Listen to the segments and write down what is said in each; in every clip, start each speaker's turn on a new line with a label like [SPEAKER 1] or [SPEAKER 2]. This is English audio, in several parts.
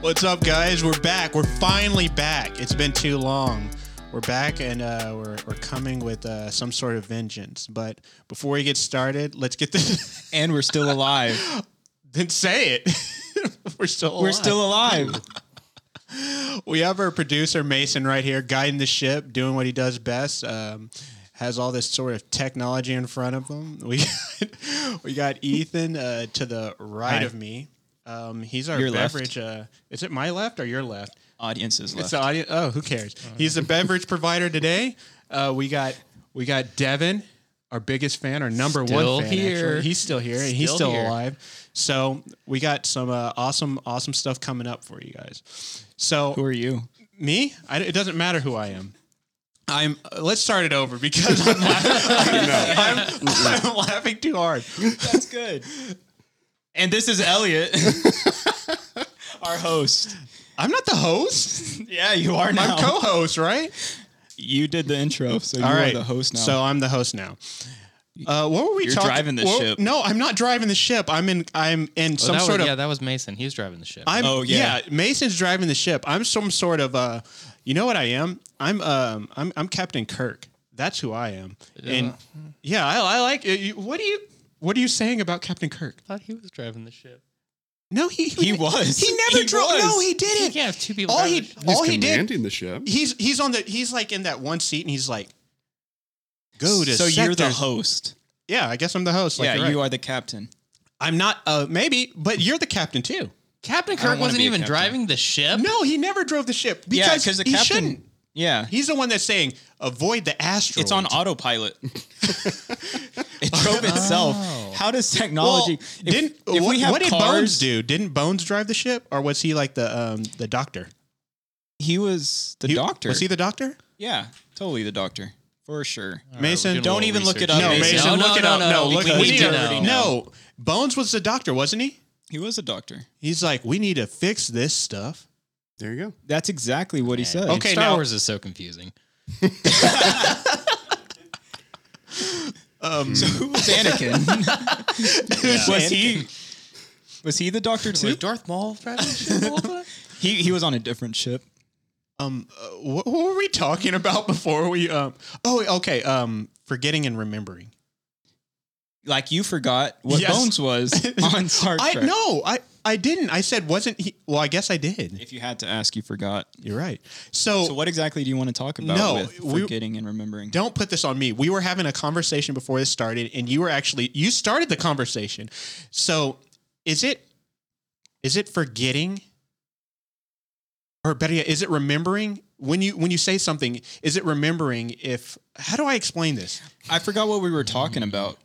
[SPEAKER 1] What's up, guys? We're back. We're finally back. It's been too long. We're back and uh, we're, we're coming with uh, some sort of vengeance. But before we get started, let's get this.
[SPEAKER 2] and we're still alive.
[SPEAKER 1] then say it. we're still alive.
[SPEAKER 2] We're still alive.
[SPEAKER 1] We have our producer, Mason, right here, guiding the ship, doing what he does best. Um, has all this sort of technology in front of him. We got, we got Ethan uh, to the right
[SPEAKER 2] Hi.
[SPEAKER 1] of me. Um, he's our
[SPEAKER 2] Your left.
[SPEAKER 1] beverage. Uh, is it my left or your left?
[SPEAKER 2] Audiences
[SPEAKER 1] It's
[SPEAKER 2] left.
[SPEAKER 1] the audience. Oh, who cares?
[SPEAKER 2] Uh-huh.
[SPEAKER 1] He's the beverage provider today. Uh, we got we got Devin, our biggest fan, our number
[SPEAKER 3] Still
[SPEAKER 1] one fan.
[SPEAKER 3] here.
[SPEAKER 1] actually. He's still here. and he's
[SPEAKER 3] Still
[SPEAKER 1] still
[SPEAKER 3] here.
[SPEAKER 1] alive. So we got some uh, awesome awesome stuff coming up for you guys. So
[SPEAKER 2] Who are you?
[SPEAKER 1] me, I, it doesn't matter who I am. I'm. uh, let's start it over because I'm, laughing, I'm, I'm laughing too hard.
[SPEAKER 2] That's good. And this is Elliot, our host.
[SPEAKER 1] I'm not the host.
[SPEAKER 2] Yeah, you are now.
[SPEAKER 1] I'm co-host, right?
[SPEAKER 2] you did the intro, so you
[SPEAKER 1] All
[SPEAKER 2] are
[SPEAKER 1] right,
[SPEAKER 2] the host now.
[SPEAKER 1] So I'm the host now. Uh, what were we
[SPEAKER 2] You're
[SPEAKER 1] talking?
[SPEAKER 2] driving the
[SPEAKER 1] well,
[SPEAKER 2] ship.
[SPEAKER 1] No, I'm not driving the ship. I'm in. I'm in
[SPEAKER 3] Oh,
[SPEAKER 1] some
[SPEAKER 3] that
[SPEAKER 1] sort
[SPEAKER 3] was,
[SPEAKER 1] of.
[SPEAKER 3] yeah, that was Mason. He was driving the ship.
[SPEAKER 1] I'm,
[SPEAKER 2] Oh, yeah.
[SPEAKER 1] Mason's driving the ship. I'm some sort of. Uh, you know what I am? I'm. Um. I'm. I'm Captain Kirk. That's who I am. And yeah, I, I like. uh, you- What do you? What are you saying about Captain Kirk?
[SPEAKER 3] thought he was driving the ship.
[SPEAKER 1] No, he
[SPEAKER 2] He was.
[SPEAKER 1] He never
[SPEAKER 2] He
[SPEAKER 1] drove.
[SPEAKER 2] was.
[SPEAKER 1] No, he didn't.
[SPEAKER 3] You can't have two people
[SPEAKER 1] All
[SPEAKER 3] driving
[SPEAKER 1] he.
[SPEAKER 3] the ship.
[SPEAKER 1] all
[SPEAKER 4] He's
[SPEAKER 1] he did.
[SPEAKER 4] commanding the ship.
[SPEAKER 1] He's. He's on the. He's like in that one seat, and he's like. Go to
[SPEAKER 2] so you're the
[SPEAKER 1] sector-
[SPEAKER 2] host.
[SPEAKER 1] Yeah, I guess I'm the host. Like,
[SPEAKER 2] yeah,
[SPEAKER 1] you're right.
[SPEAKER 2] you are the captain.
[SPEAKER 1] I'm not. Uh, maybe, but you're the captain too.
[SPEAKER 3] Captain
[SPEAKER 2] don't
[SPEAKER 3] Kirk
[SPEAKER 2] wanna
[SPEAKER 3] wasn't
[SPEAKER 2] be a
[SPEAKER 3] even
[SPEAKER 2] captain.
[SPEAKER 3] driving the ship.
[SPEAKER 1] No, he never drove the ship
[SPEAKER 2] yeah,
[SPEAKER 1] because
[SPEAKER 2] because the
[SPEAKER 1] he
[SPEAKER 2] captain.
[SPEAKER 1] shouldn't.
[SPEAKER 2] Yeah,
[SPEAKER 1] He's the one that's saying avoid the asteroid.
[SPEAKER 2] it's on autopilot. it drove itself. How does
[SPEAKER 1] Oh. Well,
[SPEAKER 2] technology? if-
[SPEAKER 1] didn't
[SPEAKER 2] if
[SPEAKER 1] what,
[SPEAKER 2] we have
[SPEAKER 1] what did
[SPEAKER 2] cars-
[SPEAKER 1] Bones do? Didn't Bones drive the ship, or was he like the um the doctor?
[SPEAKER 2] He was the
[SPEAKER 1] He-
[SPEAKER 2] doctor.
[SPEAKER 1] Was he the
[SPEAKER 3] Uh,
[SPEAKER 1] doctor?
[SPEAKER 2] yeah, totally the doctor for sure.
[SPEAKER 3] All
[SPEAKER 1] Mason,
[SPEAKER 3] we're doing a
[SPEAKER 2] don't
[SPEAKER 3] little
[SPEAKER 2] even look it
[SPEAKER 3] research
[SPEAKER 2] up,
[SPEAKER 3] here.
[SPEAKER 1] no,
[SPEAKER 2] Mason.
[SPEAKER 1] Mason,
[SPEAKER 3] No,
[SPEAKER 1] look
[SPEAKER 3] no,
[SPEAKER 1] it up.
[SPEAKER 3] no, no,
[SPEAKER 1] look
[SPEAKER 3] we,
[SPEAKER 1] it up.
[SPEAKER 3] we do
[SPEAKER 1] need-
[SPEAKER 3] know.
[SPEAKER 1] No, Bones was the doctor, wasn't he?
[SPEAKER 2] He was a doctor.
[SPEAKER 1] He's like, we need to fix this stuff.
[SPEAKER 4] There you go.
[SPEAKER 2] That's exactly what he said.
[SPEAKER 1] Okay.
[SPEAKER 3] Star
[SPEAKER 1] now-
[SPEAKER 3] Wars is so confusing.
[SPEAKER 1] Um,
[SPEAKER 2] So who was Anakin? Was he? Was he the doctor too?
[SPEAKER 3] Was Darth Maul driving the ship? all the time?
[SPEAKER 2] He he was on a different ship.
[SPEAKER 1] um, uh, what, what were we talking about before we? Um, oh, okay. Um, forgetting and remembering.
[SPEAKER 2] Like you forgot what
[SPEAKER 1] Yes.
[SPEAKER 2] Bones was on Star
[SPEAKER 1] I
[SPEAKER 2] Trek.
[SPEAKER 1] no, I I didn't. I said wasn't he? Well, I guess I did.
[SPEAKER 2] If you had to ask, you forgot.
[SPEAKER 1] You're right. So,
[SPEAKER 2] So what exactly do you want to talk about
[SPEAKER 1] No,
[SPEAKER 2] with
[SPEAKER 1] we-
[SPEAKER 2] forgetting and remembering?
[SPEAKER 1] don't put this on me. We were having a conversation before this started, and you were actually you started the conversation. So is it is it forgetting, or better yet, is it remembering? When you when you say something, is it remembering? If how do I explain this?
[SPEAKER 2] I forgot what we were talking about.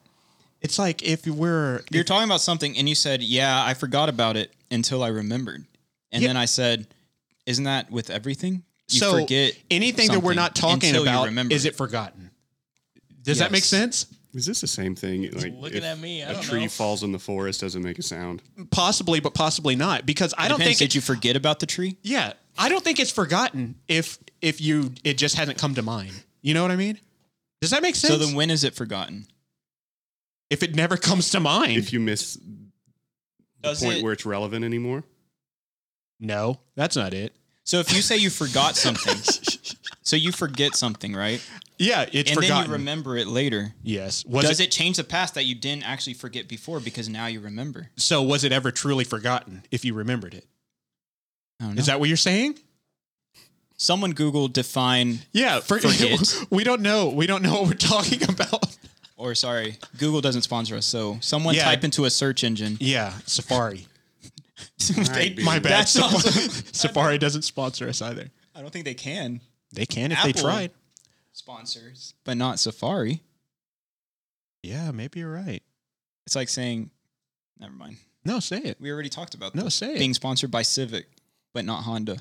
[SPEAKER 1] It's like if we're
[SPEAKER 2] You're talking about something and you said, "Yeah, I forgot about it until I remembered." And
[SPEAKER 1] Yeah.
[SPEAKER 2] then I said, "Isn't that with everything? You
[SPEAKER 1] so
[SPEAKER 2] forget
[SPEAKER 1] anything that we're
[SPEAKER 2] something
[SPEAKER 1] not talking
[SPEAKER 2] until you
[SPEAKER 1] about.
[SPEAKER 2] remember
[SPEAKER 1] Is it forgotten? Does that make
[SPEAKER 2] Yes.
[SPEAKER 1] sense?
[SPEAKER 4] Is this the same thing? Like
[SPEAKER 3] looking
[SPEAKER 4] if
[SPEAKER 3] at me, I
[SPEAKER 4] a
[SPEAKER 3] don't
[SPEAKER 4] tree
[SPEAKER 3] know.
[SPEAKER 4] falls in the forest doesn't make a sound.
[SPEAKER 1] Possibly, but possibly not. Because I don't
[SPEAKER 2] Depends.
[SPEAKER 1] think
[SPEAKER 2] Did you forget about the tree?
[SPEAKER 1] Yeah, I don't think it's forgotten if if you it just hasn't come to mind. You know what I mean? Does that make sense?
[SPEAKER 2] So then, when is it forgotten?
[SPEAKER 1] if it never comes to mind,
[SPEAKER 4] If you miss the
[SPEAKER 2] Does
[SPEAKER 4] point
[SPEAKER 2] it-
[SPEAKER 4] where it's relevant anymore,
[SPEAKER 1] no, that's not it.
[SPEAKER 2] So if you say you forgot something, so you forget something, right?
[SPEAKER 1] Yeah, it's
[SPEAKER 2] and
[SPEAKER 1] forgotten.
[SPEAKER 2] then you remember it later.
[SPEAKER 1] yes, was
[SPEAKER 2] Does it, change the past that you didn't actually forget before because now you remember?
[SPEAKER 1] So was it ever truly forgotten if you remembered it?
[SPEAKER 2] I don't
[SPEAKER 1] Is
[SPEAKER 2] know.
[SPEAKER 1] that what you're saying?
[SPEAKER 2] Someone Google define
[SPEAKER 1] Yeah, for,
[SPEAKER 2] Forget.
[SPEAKER 1] we don't know. We don't know what we're talking about.
[SPEAKER 2] or sorry, Google doesn't sponsor us. So someone
[SPEAKER 1] Yeah.
[SPEAKER 2] type into a search engine.
[SPEAKER 1] Yeah, Safari.
[SPEAKER 2] They-
[SPEAKER 4] Alright,
[SPEAKER 1] My bad.
[SPEAKER 4] dude.
[SPEAKER 2] That's
[SPEAKER 1] Safari,
[SPEAKER 2] awesome.
[SPEAKER 1] Safari doesn't sponsor us either.
[SPEAKER 2] I don't think they can
[SPEAKER 1] They can if they
[SPEAKER 2] Apple.
[SPEAKER 1] tried.
[SPEAKER 2] sponsors, but not Safari.
[SPEAKER 1] Yeah, maybe you're right.
[SPEAKER 2] It's like saying, never mind.
[SPEAKER 1] No, say it.
[SPEAKER 2] We already talked about
[SPEAKER 1] No,
[SPEAKER 2] this.
[SPEAKER 1] say it.
[SPEAKER 2] being sponsored by Civic, but not Honda.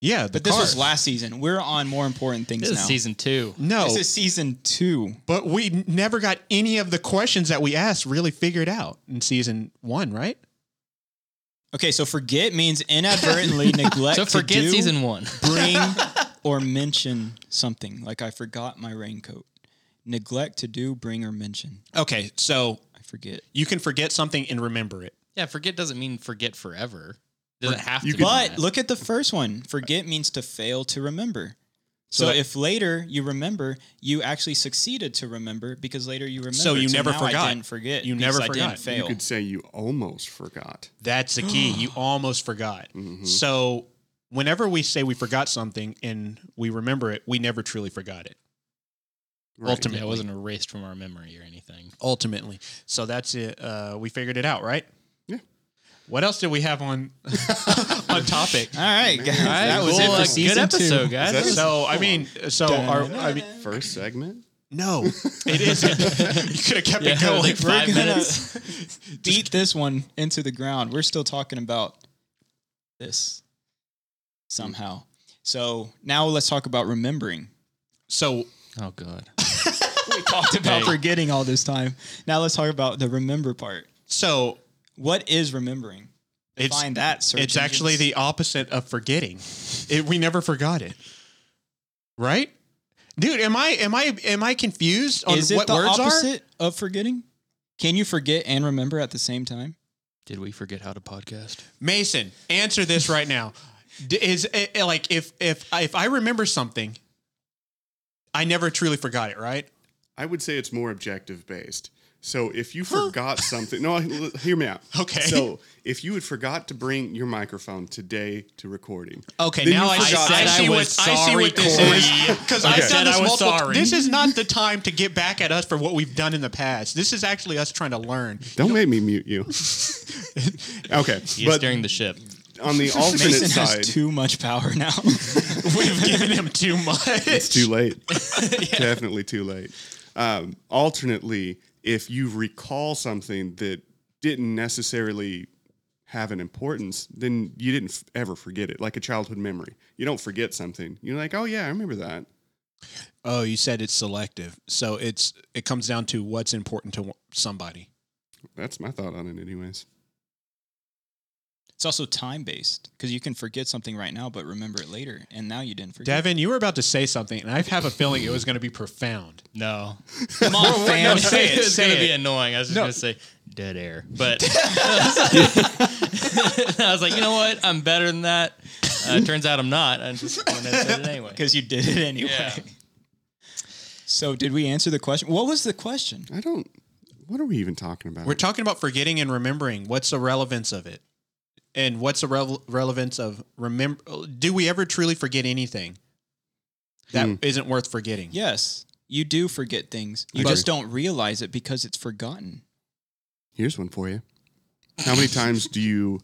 [SPEAKER 1] yeah, the
[SPEAKER 2] But this
[SPEAKER 1] car.
[SPEAKER 2] was last season. We're on more important things
[SPEAKER 3] This is
[SPEAKER 2] now.
[SPEAKER 3] season two.
[SPEAKER 1] no,
[SPEAKER 2] This is season two.
[SPEAKER 1] But we never got any of the questions that we asked really figured out in season one, right?
[SPEAKER 2] Okay, so forget means inadvertently neglect.
[SPEAKER 3] So
[SPEAKER 2] to
[SPEAKER 3] forget
[SPEAKER 2] do,
[SPEAKER 3] season one.
[SPEAKER 2] bring or mention something. Like I forgot my raincoat. Neglect to do, bring or mention.
[SPEAKER 1] Okay, so
[SPEAKER 2] I forget.
[SPEAKER 1] you can forget something and remember it.
[SPEAKER 3] Yeah, forget doesn't mean forget forever. Doesn't have
[SPEAKER 4] you
[SPEAKER 3] to. be
[SPEAKER 2] But
[SPEAKER 3] that.
[SPEAKER 2] look at the first one. Forget means to fail to remember. So,
[SPEAKER 1] So-
[SPEAKER 2] if later you remember, you actually succeeded to remember because later you remember.
[SPEAKER 1] So you never forgot.
[SPEAKER 2] I didn't forget.
[SPEAKER 1] You
[SPEAKER 2] because
[SPEAKER 1] never
[SPEAKER 2] I
[SPEAKER 1] forgot.
[SPEAKER 2] Didn't
[SPEAKER 4] You
[SPEAKER 2] fail.
[SPEAKER 4] could say you almost forgot.
[SPEAKER 1] That's the key. you almost forgot.
[SPEAKER 2] Mm-hmm.
[SPEAKER 1] So whenever we say we forgot something and we remember it, we never truly forgot it.
[SPEAKER 4] Right.
[SPEAKER 1] Ultimately,
[SPEAKER 3] yeah, it wasn't erased from our memory or anything.
[SPEAKER 1] ultimately. So that's it. Uh, we figured it out, right?
[SPEAKER 4] Yeah.
[SPEAKER 1] What else did we have on on topic?
[SPEAKER 2] All right, guys. that was
[SPEAKER 3] cool.
[SPEAKER 2] it
[SPEAKER 3] Uh,
[SPEAKER 2] for
[SPEAKER 3] good
[SPEAKER 2] season
[SPEAKER 3] episode,
[SPEAKER 2] two.
[SPEAKER 3] guys.
[SPEAKER 4] Is that-
[SPEAKER 1] So I mean, so our I mean,
[SPEAKER 4] First segment.
[SPEAKER 1] no, it isn't. you could have kept
[SPEAKER 3] Yeah,
[SPEAKER 1] it
[SPEAKER 3] that was
[SPEAKER 1] going.
[SPEAKER 3] like
[SPEAKER 2] We're
[SPEAKER 3] five
[SPEAKER 2] gonna
[SPEAKER 3] minutes.
[SPEAKER 2] beat this one into the ground. We're still talking about this somehow. So now let's talk about remembering.
[SPEAKER 1] So
[SPEAKER 3] Oh god.
[SPEAKER 2] We talked about
[SPEAKER 3] Hey.
[SPEAKER 2] forgetting all this time. Now let's talk about the remember part.
[SPEAKER 1] so
[SPEAKER 2] What is remembering?
[SPEAKER 1] it's
[SPEAKER 2] Find that. Search
[SPEAKER 1] it's actually the
[SPEAKER 2] engines.
[SPEAKER 1] opposite of forgetting. It, we never forgot it, right? Dude, am I am I am I confused on
[SPEAKER 2] is it
[SPEAKER 1] what
[SPEAKER 2] the
[SPEAKER 1] words are?
[SPEAKER 2] opposite of forgetting? Can you forget and remember at the same time?
[SPEAKER 3] Did we forget how to podcast?
[SPEAKER 1] Mason, answer this right now. D- is eh, eh, like if if if I remember something, I never truly forgot it, right?
[SPEAKER 4] I would say it's more objective based. So if you forgot something, no, l- hear me out.
[SPEAKER 1] Okay.
[SPEAKER 4] So if you had forgot to bring your microphone today to recording,
[SPEAKER 3] Oh,
[SPEAKER 1] Okay,
[SPEAKER 4] Then
[SPEAKER 1] now
[SPEAKER 4] you
[SPEAKER 1] I,
[SPEAKER 4] forgot
[SPEAKER 1] I,
[SPEAKER 4] that.
[SPEAKER 1] see
[SPEAKER 3] I
[SPEAKER 1] what
[SPEAKER 3] was
[SPEAKER 1] I see
[SPEAKER 3] sorry,
[SPEAKER 1] what this
[SPEAKER 3] Corey.
[SPEAKER 1] is because
[SPEAKER 3] I
[SPEAKER 1] I've done
[SPEAKER 3] said
[SPEAKER 1] this
[SPEAKER 3] I was
[SPEAKER 1] multiple.
[SPEAKER 3] sorry.
[SPEAKER 1] This is not the time to get back at us for what we've done in the past. This is actually us trying to learn.
[SPEAKER 4] don't make me mute you. okay.
[SPEAKER 3] He's
[SPEAKER 4] But
[SPEAKER 3] steering the ship.
[SPEAKER 4] on the alternate
[SPEAKER 2] Mason
[SPEAKER 4] side,
[SPEAKER 2] has too much power now.
[SPEAKER 1] We've given him too
[SPEAKER 4] it's
[SPEAKER 1] much.
[SPEAKER 4] too late. Definitely too late. Um, alternately, if you recall something that didn't necessarily have an importance, then you didn't f- ever forget it, like a childhood memory. You don't forget something. You're like, oh yeah, I remember that.
[SPEAKER 1] Oh, you said it's selective, so it's it comes down to what's important to somebody.
[SPEAKER 4] That's my thought on it, anyways.
[SPEAKER 2] it's also time based because you can forget something right now, but remember it later. And now you didn't forget.
[SPEAKER 1] Devin, you were about to say something, and I have a feeling it was going to be profound.
[SPEAKER 3] No.
[SPEAKER 2] Come on,
[SPEAKER 3] No,
[SPEAKER 2] fam.
[SPEAKER 1] say it,
[SPEAKER 3] It's
[SPEAKER 1] say
[SPEAKER 3] gonna
[SPEAKER 1] it.
[SPEAKER 3] be annoying. I was just
[SPEAKER 1] No.
[SPEAKER 3] gonna say dead air, but I was like, you know what? I'm better than that. Uh, turns out I'm not. I just wanted to say it anyway.
[SPEAKER 2] Because you did it anyway.
[SPEAKER 3] Yeah.
[SPEAKER 2] So did we answer the question? What was the question?
[SPEAKER 4] I don't. What are we even talking about?
[SPEAKER 1] We're talking about forgetting and remembering. What's the relevance of it? And what's the rel- relevance of remember? Do we ever truly forget anything that
[SPEAKER 4] Hmm.
[SPEAKER 1] not worth forgetting?
[SPEAKER 2] Yes, you do forget things. You
[SPEAKER 4] But-
[SPEAKER 2] just don't realize it because it's forgotten.
[SPEAKER 4] Here's one for you. How many times do you?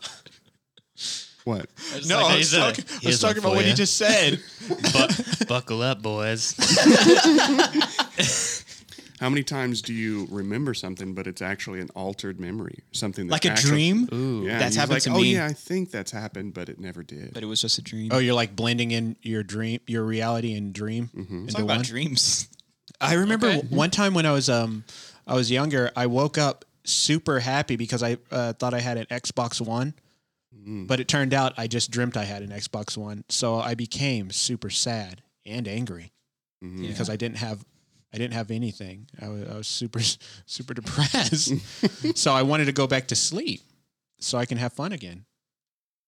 [SPEAKER 4] What?
[SPEAKER 3] I was
[SPEAKER 1] No,
[SPEAKER 3] like,
[SPEAKER 1] I
[SPEAKER 3] he's
[SPEAKER 1] was,
[SPEAKER 3] a-
[SPEAKER 1] talking, I
[SPEAKER 3] here's
[SPEAKER 1] was
[SPEAKER 3] one
[SPEAKER 1] talking about
[SPEAKER 3] for
[SPEAKER 1] what
[SPEAKER 3] ya.
[SPEAKER 1] he just said.
[SPEAKER 3] Bu- buckle up, boys.
[SPEAKER 4] How many times do you remember something, but it's actually an altered memory, something that
[SPEAKER 2] Like a
[SPEAKER 4] actually-
[SPEAKER 2] dream,
[SPEAKER 3] Ooh.
[SPEAKER 4] Yeah,
[SPEAKER 2] That's
[SPEAKER 4] he was
[SPEAKER 2] happened
[SPEAKER 4] like,
[SPEAKER 2] to
[SPEAKER 4] Oh
[SPEAKER 2] me.
[SPEAKER 4] yeah, I think that's happened, but it never did.
[SPEAKER 2] but it was just a dream.
[SPEAKER 1] oh, you're like blending in your dream, your reality and dream
[SPEAKER 4] Mm-hmm.
[SPEAKER 2] Talk
[SPEAKER 1] into
[SPEAKER 2] about
[SPEAKER 1] one.
[SPEAKER 2] dreams.
[SPEAKER 1] I remember
[SPEAKER 3] Okay.
[SPEAKER 1] w- one time when I was um I was younger, I woke up super happy because I uh, thought I had an Xbox One,
[SPEAKER 4] Mm-hmm.
[SPEAKER 1] but it turned out I just dreamt I had an Xbox One, so I became super sad and angry
[SPEAKER 4] Mm-hmm.
[SPEAKER 1] because I didn't have I didn't have anything. I was, I was super super depressed, so I wanted to go back to sleep so I can have fun again.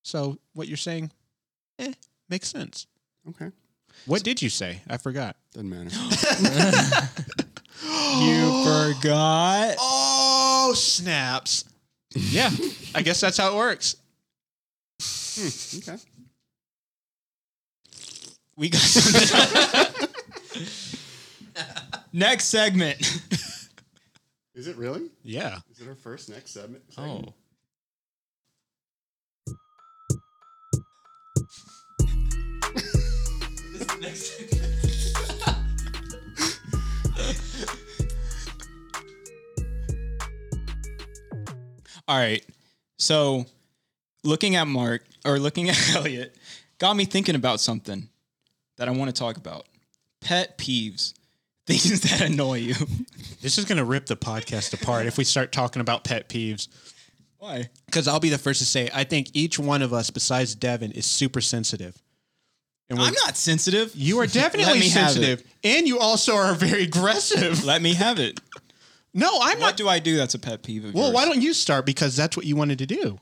[SPEAKER 1] So what you're saying, eh, makes sense.
[SPEAKER 4] okay,
[SPEAKER 1] What did you say? I forgot.
[SPEAKER 4] doesn't matter.
[SPEAKER 2] You forgot.
[SPEAKER 1] Oh, snaps. Yeah, I guess that's how it works.
[SPEAKER 4] okay,
[SPEAKER 2] We got some. Next segment.
[SPEAKER 4] is it really?
[SPEAKER 1] Yeah.
[SPEAKER 4] Is it our first next segment?
[SPEAKER 3] Oh.
[SPEAKER 2] All right. So, looking at Mark or looking at Elliot got me thinking about something that I want to talk about. Pet peeves. Things that annoy you.
[SPEAKER 1] This is going to rip the podcast apart if we start talking about pet peeves.
[SPEAKER 2] Why?
[SPEAKER 1] Because I'll be the first to say, I think each one of us, besides Devin, is super sensitive. And we're,
[SPEAKER 2] I'm not sensitive.
[SPEAKER 1] you are definitely
[SPEAKER 2] me have
[SPEAKER 1] sensitive. And you also are very aggressive.
[SPEAKER 2] Let me have it.
[SPEAKER 1] No, I'm
[SPEAKER 2] What
[SPEAKER 1] not.
[SPEAKER 2] do I do that's a pet peeve of
[SPEAKER 1] Well,
[SPEAKER 2] yours?
[SPEAKER 1] why don't you start? Because that's what you wanted to do.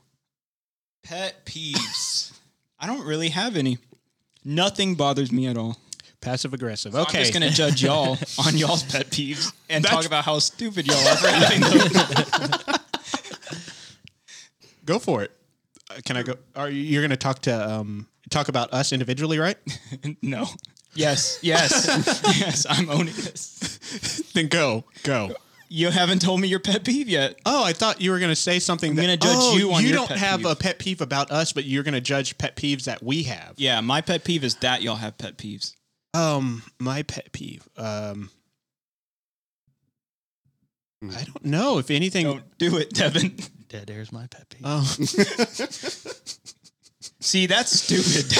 [SPEAKER 2] Pet peeves. I don't really have any. Nothing bothers me at all.
[SPEAKER 1] Passive aggressive.
[SPEAKER 2] I'm
[SPEAKER 1] Okay.
[SPEAKER 2] just gonna judge y'all on y'all's pet peeves and talk
[SPEAKER 1] That's-
[SPEAKER 2] about how stupid y'all are for having those.
[SPEAKER 1] go for it. Uh, can I go? Are you, you're going to talk to um, talk about us individually, right?
[SPEAKER 2] No. Yes. Yes. yes. I'm owning this.
[SPEAKER 1] then go, go.
[SPEAKER 2] You haven't told me your pet peeve yet.
[SPEAKER 1] Oh, I thought you were going to say something. I'm that,
[SPEAKER 2] gonna judge
[SPEAKER 1] oh,
[SPEAKER 2] you on
[SPEAKER 1] you
[SPEAKER 2] your
[SPEAKER 1] don't
[SPEAKER 2] pet
[SPEAKER 1] have
[SPEAKER 2] peeve.
[SPEAKER 1] a pet peeve about us, but you're going to judge pet peeves that we have.
[SPEAKER 2] Yeah, my pet peeve is that y'all have pet peeves.
[SPEAKER 1] Um, my pet peeve. Um, I don't know if anything.
[SPEAKER 2] Hmm. Don't do it, Devin.
[SPEAKER 3] Dead air's my pet peeve.
[SPEAKER 1] Oh,
[SPEAKER 2] See, that's stupid.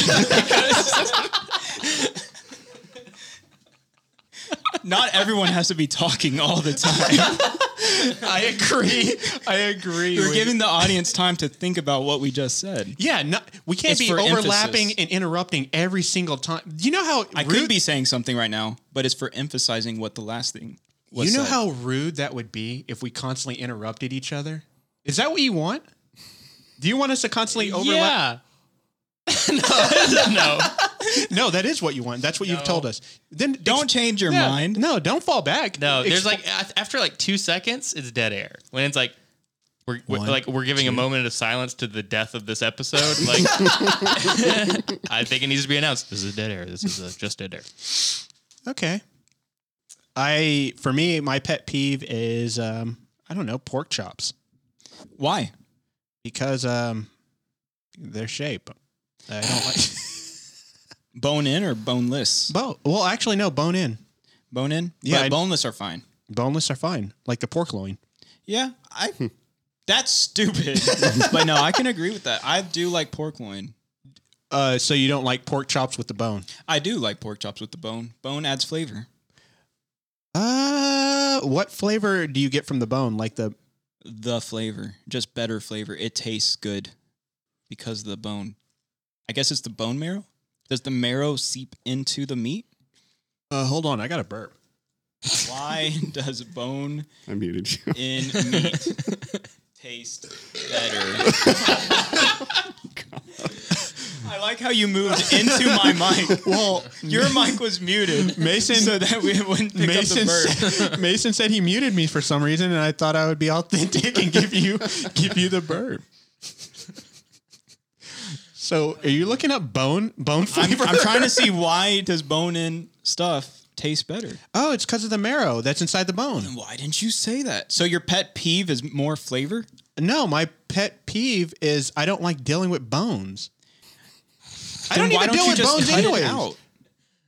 [SPEAKER 2] Not everyone has to be talking all the time.
[SPEAKER 1] I agree. I agree.
[SPEAKER 2] You're
[SPEAKER 1] with-
[SPEAKER 2] giving the audience time to think about what we just said.
[SPEAKER 1] Yeah, no, we can't
[SPEAKER 2] It's
[SPEAKER 1] be
[SPEAKER 2] for
[SPEAKER 1] overlapping
[SPEAKER 2] emphasis.
[SPEAKER 1] and interrupting every single time. You know how
[SPEAKER 2] I
[SPEAKER 1] rude,
[SPEAKER 2] could be saying something right now, but it's for emphasizing what the last thing was.
[SPEAKER 1] You know
[SPEAKER 2] said.
[SPEAKER 1] how rude that would be if we constantly interrupted each other. Is that what you want? Do you want us to constantly overlap?
[SPEAKER 3] yeah. no, no.
[SPEAKER 1] No, that is what you want. That's what you've told us. Then
[SPEAKER 2] Don't change your
[SPEAKER 1] yeah,
[SPEAKER 2] mind.
[SPEAKER 1] No, don't fall back.
[SPEAKER 3] No, there's
[SPEAKER 1] Expo-
[SPEAKER 3] like af- after like two seconds, it's dead air. When it's like we're, we're-
[SPEAKER 1] One,
[SPEAKER 3] like we're giving a moment of silence to the death of this episode. Like, I think it needs to be announced. This is dead air. This is uh, just dead air.
[SPEAKER 1] Okay. I for me, my pet peeve is um, I don't know pork chops
[SPEAKER 2] Why?
[SPEAKER 1] because um, their shape. I don't like
[SPEAKER 2] Bone in or boneless?
[SPEAKER 1] bone. Well, actually, no bone in.
[SPEAKER 2] Bone in?
[SPEAKER 1] Yeah,
[SPEAKER 2] But
[SPEAKER 1] I-
[SPEAKER 2] boneless are fine.
[SPEAKER 1] Boneless are fine, like the pork loin.
[SPEAKER 2] Yeah, I. That's stupid. Hmm. but no, I can agree with that. I do like pork loin.
[SPEAKER 1] Uh, so you don't like pork chops with the bone?
[SPEAKER 2] I do like pork chops with the bone. Bone adds flavor.
[SPEAKER 1] Uh, what flavor do you get from the bone? Like the
[SPEAKER 2] The flavor, just better flavor. It tastes good because of the bone. I guess it's the bone marrow. Does the marrow seep into the meat?
[SPEAKER 1] uh, hold on, I got a burp.
[SPEAKER 2] Why does bone
[SPEAKER 4] I muted you.
[SPEAKER 2] in meat taste better? I like how you moved into my mic. Well, your mic was muted,
[SPEAKER 1] Mason-
[SPEAKER 2] so that we wouldn't pick
[SPEAKER 1] Mason,
[SPEAKER 2] up the bird.
[SPEAKER 1] said, Mason said he muted me for some reason, and I thought I would be authentic and give you give you the burp. So, are you looking up bone bone
[SPEAKER 2] I'm,
[SPEAKER 1] flavor?
[SPEAKER 2] I'm trying to see why does bone in stuff taste better?
[SPEAKER 1] Oh, it's because of the marrow that's inside the bone.
[SPEAKER 2] Why didn't you say that? So your pet peeve is more flavor?
[SPEAKER 1] No, my pet peeve is I don't like dealing with bones. I don't
[SPEAKER 2] Then why
[SPEAKER 1] even deal
[SPEAKER 2] you
[SPEAKER 1] with
[SPEAKER 2] just
[SPEAKER 1] bones
[SPEAKER 2] cut it
[SPEAKER 1] anyway.
[SPEAKER 2] out?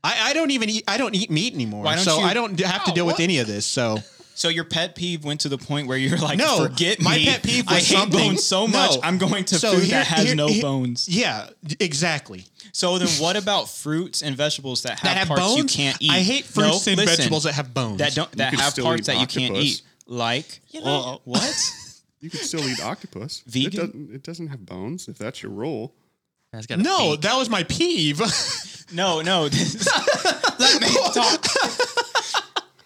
[SPEAKER 1] I, I don't even eat. I don't eat meat anymore.
[SPEAKER 2] Why don't
[SPEAKER 1] so
[SPEAKER 2] you-
[SPEAKER 1] I don't have to
[SPEAKER 2] Oh,
[SPEAKER 1] deal with
[SPEAKER 2] what?
[SPEAKER 1] any of this. So.
[SPEAKER 2] So your pet peeve went to the point where you're like,
[SPEAKER 1] No,
[SPEAKER 2] forget
[SPEAKER 1] my
[SPEAKER 2] me.
[SPEAKER 1] pet peeve
[SPEAKER 2] I
[SPEAKER 1] was
[SPEAKER 2] hate
[SPEAKER 1] something-
[SPEAKER 2] bones so much.
[SPEAKER 1] No.
[SPEAKER 2] I'm going to
[SPEAKER 1] So
[SPEAKER 2] food
[SPEAKER 1] here-
[SPEAKER 2] that has
[SPEAKER 1] here-
[SPEAKER 2] no
[SPEAKER 1] here-
[SPEAKER 2] bones.
[SPEAKER 1] Yeah, d- exactly.
[SPEAKER 2] So then, what about fruits and vegetables that have,
[SPEAKER 1] That have
[SPEAKER 2] parts
[SPEAKER 1] bones.
[SPEAKER 2] you can't eat?
[SPEAKER 1] I hate
[SPEAKER 2] No,
[SPEAKER 1] fruits and
[SPEAKER 2] listen.
[SPEAKER 1] vegetables that have bones.
[SPEAKER 2] that don't that
[SPEAKER 4] can
[SPEAKER 2] have
[SPEAKER 4] still
[SPEAKER 2] parts that
[SPEAKER 4] eat
[SPEAKER 2] you can't
[SPEAKER 4] octopus.
[SPEAKER 2] eat, like
[SPEAKER 1] know-
[SPEAKER 2] Well, what?
[SPEAKER 4] You could still eat octopus.
[SPEAKER 2] Vegan?
[SPEAKER 4] It doesn't, it doesn't have bones if that's your rule.
[SPEAKER 3] That's got
[SPEAKER 1] No, that was my peeve.
[SPEAKER 2] No, no. This, let me talk.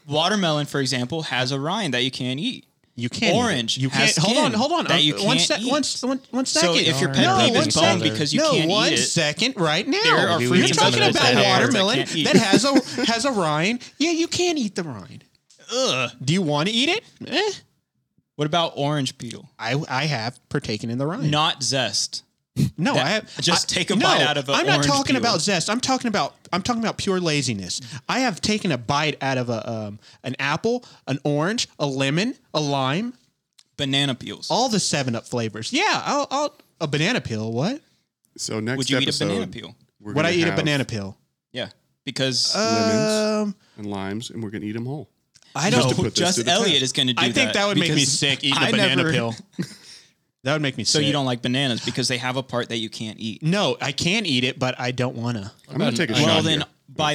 [SPEAKER 2] Watermelon, for example, has a rind that you can't eat.
[SPEAKER 1] you can't. eat it.
[SPEAKER 2] Orange
[SPEAKER 1] You
[SPEAKER 2] has
[SPEAKER 1] can't. Hold on.
[SPEAKER 2] skin
[SPEAKER 1] Hold on.
[SPEAKER 2] that
[SPEAKER 1] Uh,
[SPEAKER 2] you
[SPEAKER 1] one,
[SPEAKER 2] can't
[SPEAKER 1] sec-
[SPEAKER 2] eat.
[SPEAKER 1] one, s- one, one second.
[SPEAKER 2] So if your
[SPEAKER 1] no,
[SPEAKER 2] pet peeve
[SPEAKER 1] one
[SPEAKER 2] is bone
[SPEAKER 1] second.
[SPEAKER 2] because you
[SPEAKER 1] no,
[SPEAKER 2] can't
[SPEAKER 1] one
[SPEAKER 2] eat it,
[SPEAKER 1] second right now.
[SPEAKER 2] There are
[SPEAKER 1] You're
[SPEAKER 2] fruits and
[SPEAKER 1] talking
[SPEAKER 2] vegetables
[SPEAKER 1] about
[SPEAKER 2] that have parts I
[SPEAKER 1] watermelon
[SPEAKER 2] can't eat.
[SPEAKER 1] that has a has a rind. Yeah, you can eat the rind. Ugh. Do you want to eat it? Eh,
[SPEAKER 2] what about orange peel?
[SPEAKER 1] I I have partaken in the rind.
[SPEAKER 2] Not zest.
[SPEAKER 1] No,
[SPEAKER 2] That-
[SPEAKER 1] I have
[SPEAKER 2] just
[SPEAKER 1] I-
[SPEAKER 2] take a
[SPEAKER 1] no,
[SPEAKER 2] bite out of a
[SPEAKER 1] I'm not
[SPEAKER 2] orange
[SPEAKER 1] talking
[SPEAKER 2] peel.
[SPEAKER 1] about zest. I'm talking about I'm talking about pure laziness. I have taken a bite out of a um, an apple, an orange, a lemon, a lime,
[SPEAKER 2] Banana peels.
[SPEAKER 1] all the Seven Up flavors. Yeah, I'll, I'll a banana peel. What?
[SPEAKER 4] So next
[SPEAKER 2] Would you eat a
[SPEAKER 4] episode,
[SPEAKER 2] banana peel?
[SPEAKER 4] we're
[SPEAKER 1] Would I
[SPEAKER 4] gonna
[SPEAKER 1] eat a
[SPEAKER 4] have
[SPEAKER 1] banana peel?
[SPEAKER 2] Yeah, because
[SPEAKER 1] Um,
[SPEAKER 4] and limes, and we're gonna eat them whole.
[SPEAKER 1] I
[SPEAKER 2] no,
[SPEAKER 1] don't.
[SPEAKER 4] to put this to
[SPEAKER 2] just
[SPEAKER 4] the
[SPEAKER 2] Elliot
[SPEAKER 4] test.
[SPEAKER 2] is going to do
[SPEAKER 1] I think that would make me
[SPEAKER 2] because
[SPEAKER 1] sick. Eating a
[SPEAKER 2] I
[SPEAKER 1] banana
[SPEAKER 2] never-
[SPEAKER 1] pill. That would make me
[SPEAKER 2] So
[SPEAKER 1] sick.
[SPEAKER 2] you don't like bananas because they have a part that you can't eat.
[SPEAKER 1] No, I can eat it, but I don't wanna.
[SPEAKER 4] I'm gonna take a shot.
[SPEAKER 2] Well, then
[SPEAKER 4] here.
[SPEAKER 2] by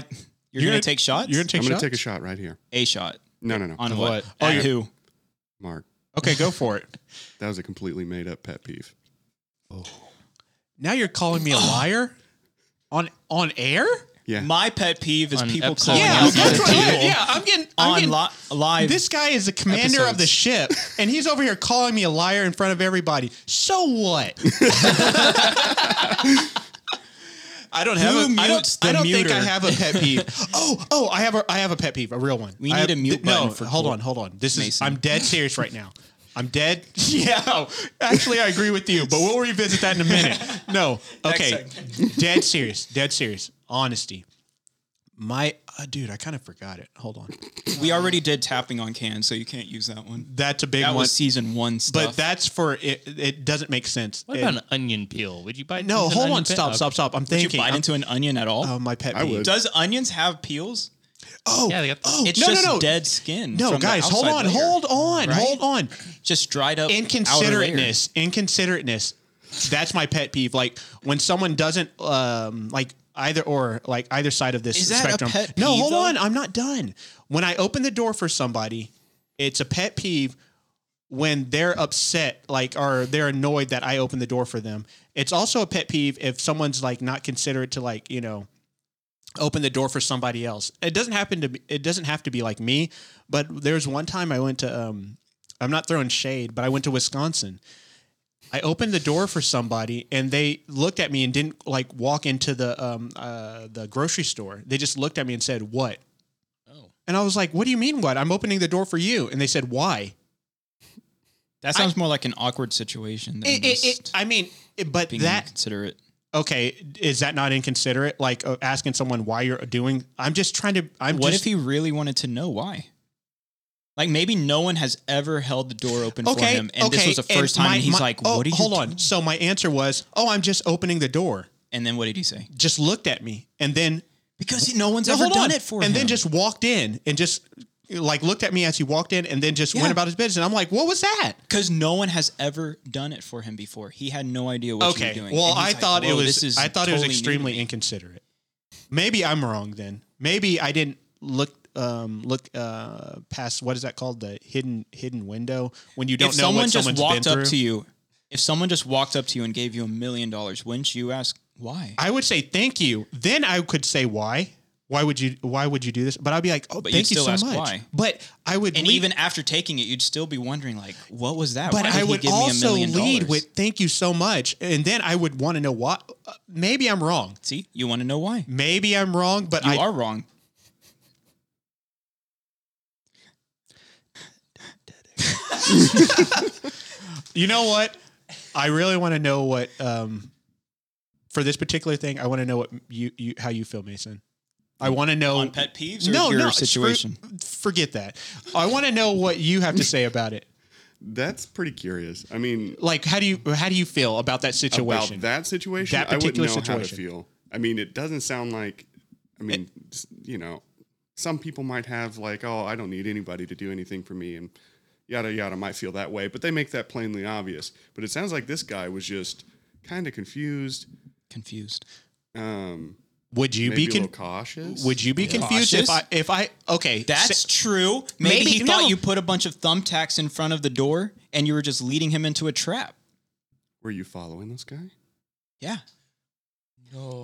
[SPEAKER 2] you're, going
[SPEAKER 1] gonna-
[SPEAKER 2] to take shots.
[SPEAKER 1] You're gonna take.
[SPEAKER 4] I'm gonna
[SPEAKER 1] shots?
[SPEAKER 4] take a shot right here.
[SPEAKER 2] a shot
[SPEAKER 4] No, no, no.
[SPEAKER 2] on what?
[SPEAKER 1] what?
[SPEAKER 2] On
[SPEAKER 1] At-
[SPEAKER 2] who?
[SPEAKER 4] Mark,
[SPEAKER 1] Okay, go for it.
[SPEAKER 4] that was a completely made up pet peeve.
[SPEAKER 1] Now you're calling me a liar on on air.
[SPEAKER 4] Yeah.
[SPEAKER 2] My pet peeve is
[SPEAKER 3] On
[SPEAKER 2] people
[SPEAKER 3] episode
[SPEAKER 2] calling
[SPEAKER 3] one,
[SPEAKER 1] Yeah,
[SPEAKER 2] out
[SPEAKER 3] that's
[SPEAKER 2] other
[SPEAKER 1] that's
[SPEAKER 3] what-
[SPEAKER 2] people
[SPEAKER 1] right. Yeah, I'm getting. I'm
[SPEAKER 2] on
[SPEAKER 1] getting
[SPEAKER 2] li- live.
[SPEAKER 1] this guy is the commander of the
[SPEAKER 2] episodes.
[SPEAKER 1] ship, and he's over here calling me a liar in front of everybody. So what? I don't have.
[SPEAKER 2] Who
[SPEAKER 1] A, I
[SPEAKER 2] mutes
[SPEAKER 1] don't.
[SPEAKER 2] the
[SPEAKER 1] I don't think I
[SPEAKER 2] muter?
[SPEAKER 1] have a pet peeve. oh, oh, I have a. I have a pet peeve, a real one.
[SPEAKER 2] We
[SPEAKER 1] I
[SPEAKER 2] need
[SPEAKER 1] have-
[SPEAKER 2] a mute
[SPEAKER 1] No,
[SPEAKER 2] button for
[SPEAKER 1] hold
[SPEAKER 2] Cor-
[SPEAKER 1] on, hold on. This is.
[SPEAKER 2] Mason.
[SPEAKER 1] I'm dead serious right now. I'm dead. Yeah, actually, I agree with you, but we'll revisit that in a minute. No, okay, dead serious, dead serious. Honesty. My uh, dude, I kind of forgot it. Hold on,
[SPEAKER 2] we already did tapping on cans, so you can't use that one.
[SPEAKER 1] that's a big
[SPEAKER 2] That
[SPEAKER 1] one.
[SPEAKER 2] was season one
[SPEAKER 1] But
[SPEAKER 2] stuff.
[SPEAKER 1] that's for it. It doesn't make sense.
[SPEAKER 3] What
[SPEAKER 1] It-
[SPEAKER 3] about an onion peel? Would you buy?
[SPEAKER 1] no,
[SPEAKER 3] into
[SPEAKER 1] hold
[SPEAKER 3] an onion
[SPEAKER 1] on.
[SPEAKER 3] peel? Oh,
[SPEAKER 1] Stop,
[SPEAKER 3] Okay.
[SPEAKER 1] stop, stop. I'm
[SPEAKER 2] Did you
[SPEAKER 1] thinking.
[SPEAKER 2] bite
[SPEAKER 1] I'm-
[SPEAKER 2] into an onion at all?
[SPEAKER 1] oh, my pet
[SPEAKER 4] I
[SPEAKER 1] peeve.
[SPEAKER 4] would.
[SPEAKER 2] Does onions have peels?
[SPEAKER 1] Oh,
[SPEAKER 3] Yeah, they got.
[SPEAKER 1] oh,
[SPEAKER 2] It's
[SPEAKER 1] no,
[SPEAKER 2] just
[SPEAKER 1] no, no.
[SPEAKER 2] dead skin.
[SPEAKER 1] no,
[SPEAKER 2] from the
[SPEAKER 1] guys, hold
[SPEAKER 2] outside
[SPEAKER 1] on,
[SPEAKER 2] layer.
[SPEAKER 1] hold on,
[SPEAKER 2] right?
[SPEAKER 1] hold on.
[SPEAKER 2] Just dried up. outer layer.
[SPEAKER 1] Inconsiderateness, inconsiderateness. That's my pet peeve. Like when someone doesn't, um, like either or, like either side of this
[SPEAKER 2] Is that a
[SPEAKER 1] spectrum.
[SPEAKER 2] pet
[SPEAKER 1] no,
[SPEAKER 2] peeve,
[SPEAKER 1] hold
[SPEAKER 2] though?
[SPEAKER 1] on, I'm not done. When I open the door for somebody, it's a pet peeve when they're upset, like or they're annoyed that I open the door for them. It's also a pet peeve if someone's like not considerate to like you know open the door for somebody else. It doesn't happen to be, it doesn't have to be like me, but there was one time I went to um I'm not throwing shade, but I went to Wisconsin. I opened the door for somebody and they looked at me and didn't like walk into the um uh the grocery store. They just looked at me and said, "What?"
[SPEAKER 3] Oh.
[SPEAKER 1] And I was like, "What do you mean what? I'm opening the door for you." And they said, "Why?"
[SPEAKER 2] That sounds more like an awkward situation than
[SPEAKER 1] It, it,
[SPEAKER 2] just
[SPEAKER 1] it, I mean, it- but
[SPEAKER 2] being
[SPEAKER 1] that
[SPEAKER 2] inconsiderate.
[SPEAKER 1] okay, is that not inconsiderate? Like uh, asking someone why you're doing I'm just trying to I'm
[SPEAKER 2] What
[SPEAKER 1] just
[SPEAKER 2] if he really wanted to know why? Like maybe no one has ever held the door open for him, and this was the
[SPEAKER 1] and
[SPEAKER 2] first time.
[SPEAKER 1] my-
[SPEAKER 2] and he's
[SPEAKER 1] my-
[SPEAKER 2] like,
[SPEAKER 1] oh,
[SPEAKER 2] "What are you?"
[SPEAKER 1] Hold
[SPEAKER 2] doing?"
[SPEAKER 1] on. So my answer was, "Oh, I'm just opening the door."
[SPEAKER 2] And then what did he say?
[SPEAKER 1] Just looked at me, and then
[SPEAKER 2] Because no one's
[SPEAKER 1] No,
[SPEAKER 2] ever
[SPEAKER 1] hold
[SPEAKER 2] done
[SPEAKER 1] on.
[SPEAKER 2] it for
[SPEAKER 1] and
[SPEAKER 2] him.
[SPEAKER 1] then just walked in and just like looked at me as he walked in, and then just
[SPEAKER 2] Yeah.
[SPEAKER 1] went about his business. And I'm like, "What was that?"
[SPEAKER 2] because no one has ever done it for him before, he had no idea what you were
[SPEAKER 1] okay.
[SPEAKER 2] doing.
[SPEAKER 1] Well,
[SPEAKER 2] And
[SPEAKER 1] I
[SPEAKER 2] he's like,
[SPEAKER 1] thought it
[SPEAKER 2] "Whoa, this
[SPEAKER 1] was.
[SPEAKER 2] is
[SPEAKER 1] I thought it
[SPEAKER 2] totally new
[SPEAKER 1] was
[SPEAKER 2] to
[SPEAKER 1] extremely
[SPEAKER 2] me."
[SPEAKER 1] inconsiderate. Maybe I'm wrong. Then maybe I didn't look um look uh past what is that called the hidden hidden window when you don't
[SPEAKER 2] if
[SPEAKER 1] know
[SPEAKER 2] someone
[SPEAKER 1] what
[SPEAKER 2] just
[SPEAKER 1] someone's
[SPEAKER 2] walked
[SPEAKER 1] been
[SPEAKER 2] up
[SPEAKER 1] through.
[SPEAKER 2] to you, if someone just walked up to you and gave you a million dollars, wouldn't you ask why?
[SPEAKER 1] I would say thank you. Then I could say why. Why would you? Why would you do this? But I'd be like, oh,
[SPEAKER 2] But
[SPEAKER 1] thank
[SPEAKER 2] you'd
[SPEAKER 1] you
[SPEAKER 2] still
[SPEAKER 1] so
[SPEAKER 2] ask
[SPEAKER 1] much.
[SPEAKER 2] why.
[SPEAKER 1] But I would
[SPEAKER 2] and
[SPEAKER 1] lead-
[SPEAKER 2] even after taking it, you'd still be wondering, like, what was that?
[SPEAKER 1] But
[SPEAKER 2] Why did
[SPEAKER 1] I
[SPEAKER 2] he
[SPEAKER 1] would
[SPEAKER 2] give
[SPEAKER 1] also
[SPEAKER 2] me a million
[SPEAKER 1] lead
[SPEAKER 2] dollars?
[SPEAKER 1] with thank you so much, and then I would want to know why. uh, Maybe I'm wrong.
[SPEAKER 2] See, you want to know why?
[SPEAKER 1] Maybe I'm wrong. But
[SPEAKER 2] You
[SPEAKER 1] I
[SPEAKER 2] are wrong.
[SPEAKER 1] You know what? I really want to know what um for this particular thing. I want to know what you, you how you feel, Mason. I want to know
[SPEAKER 2] On pet peeves or
[SPEAKER 1] no,
[SPEAKER 2] your
[SPEAKER 1] no, it's for-
[SPEAKER 2] situation?
[SPEAKER 1] forget that. I want to know what you have to say about it.
[SPEAKER 4] That's pretty curious. I mean,
[SPEAKER 1] Like, how do you how do you feel about that situation?
[SPEAKER 4] about that situation,
[SPEAKER 1] That
[SPEAKER 4] I wouldn't
[SPEAKER 1] particular
[SPEAKER 4] know how to
[SPEAKER 1] situation.
[SPEAKER 4] feel. I mean, it doesn't sound like. I mean, s- you know, some people might have like, oh, I don't need anybody to do anything for me, and yada yada might feel that way, but they make that plainly obvious. But it sounds like this guy was just kind of confused.
[SPEAKER 2] Confused.
[SPEAKER 4] Um,
[SPEAKER 1] Would you
[SPEAKER 4] maybe
[SPEAKER 1] be
[SPEAKER 4] a
[SPEAKER 1] con-
[SPEAKER 4] little cautious.
[SPEAKER 1] Would you be confused if
[SPEAKER 2] Cautious?
[SPEAKER 1] I if I okay?
[SPEAKER 2] That's
[SPEAKER 1] say-
[SPEAKER 2] true. Maybe,
[SPEAKER 1] Maybe-
[SPEAKER 2] he thought
[SPEAKER 1] no.
[SPEAKER 2] you put a bunch of thumbtacks in front of the door and you were just leading him into a trap.
[SPEAKER 4] Were you following this guy?
[SPEAKER 2] Yeah.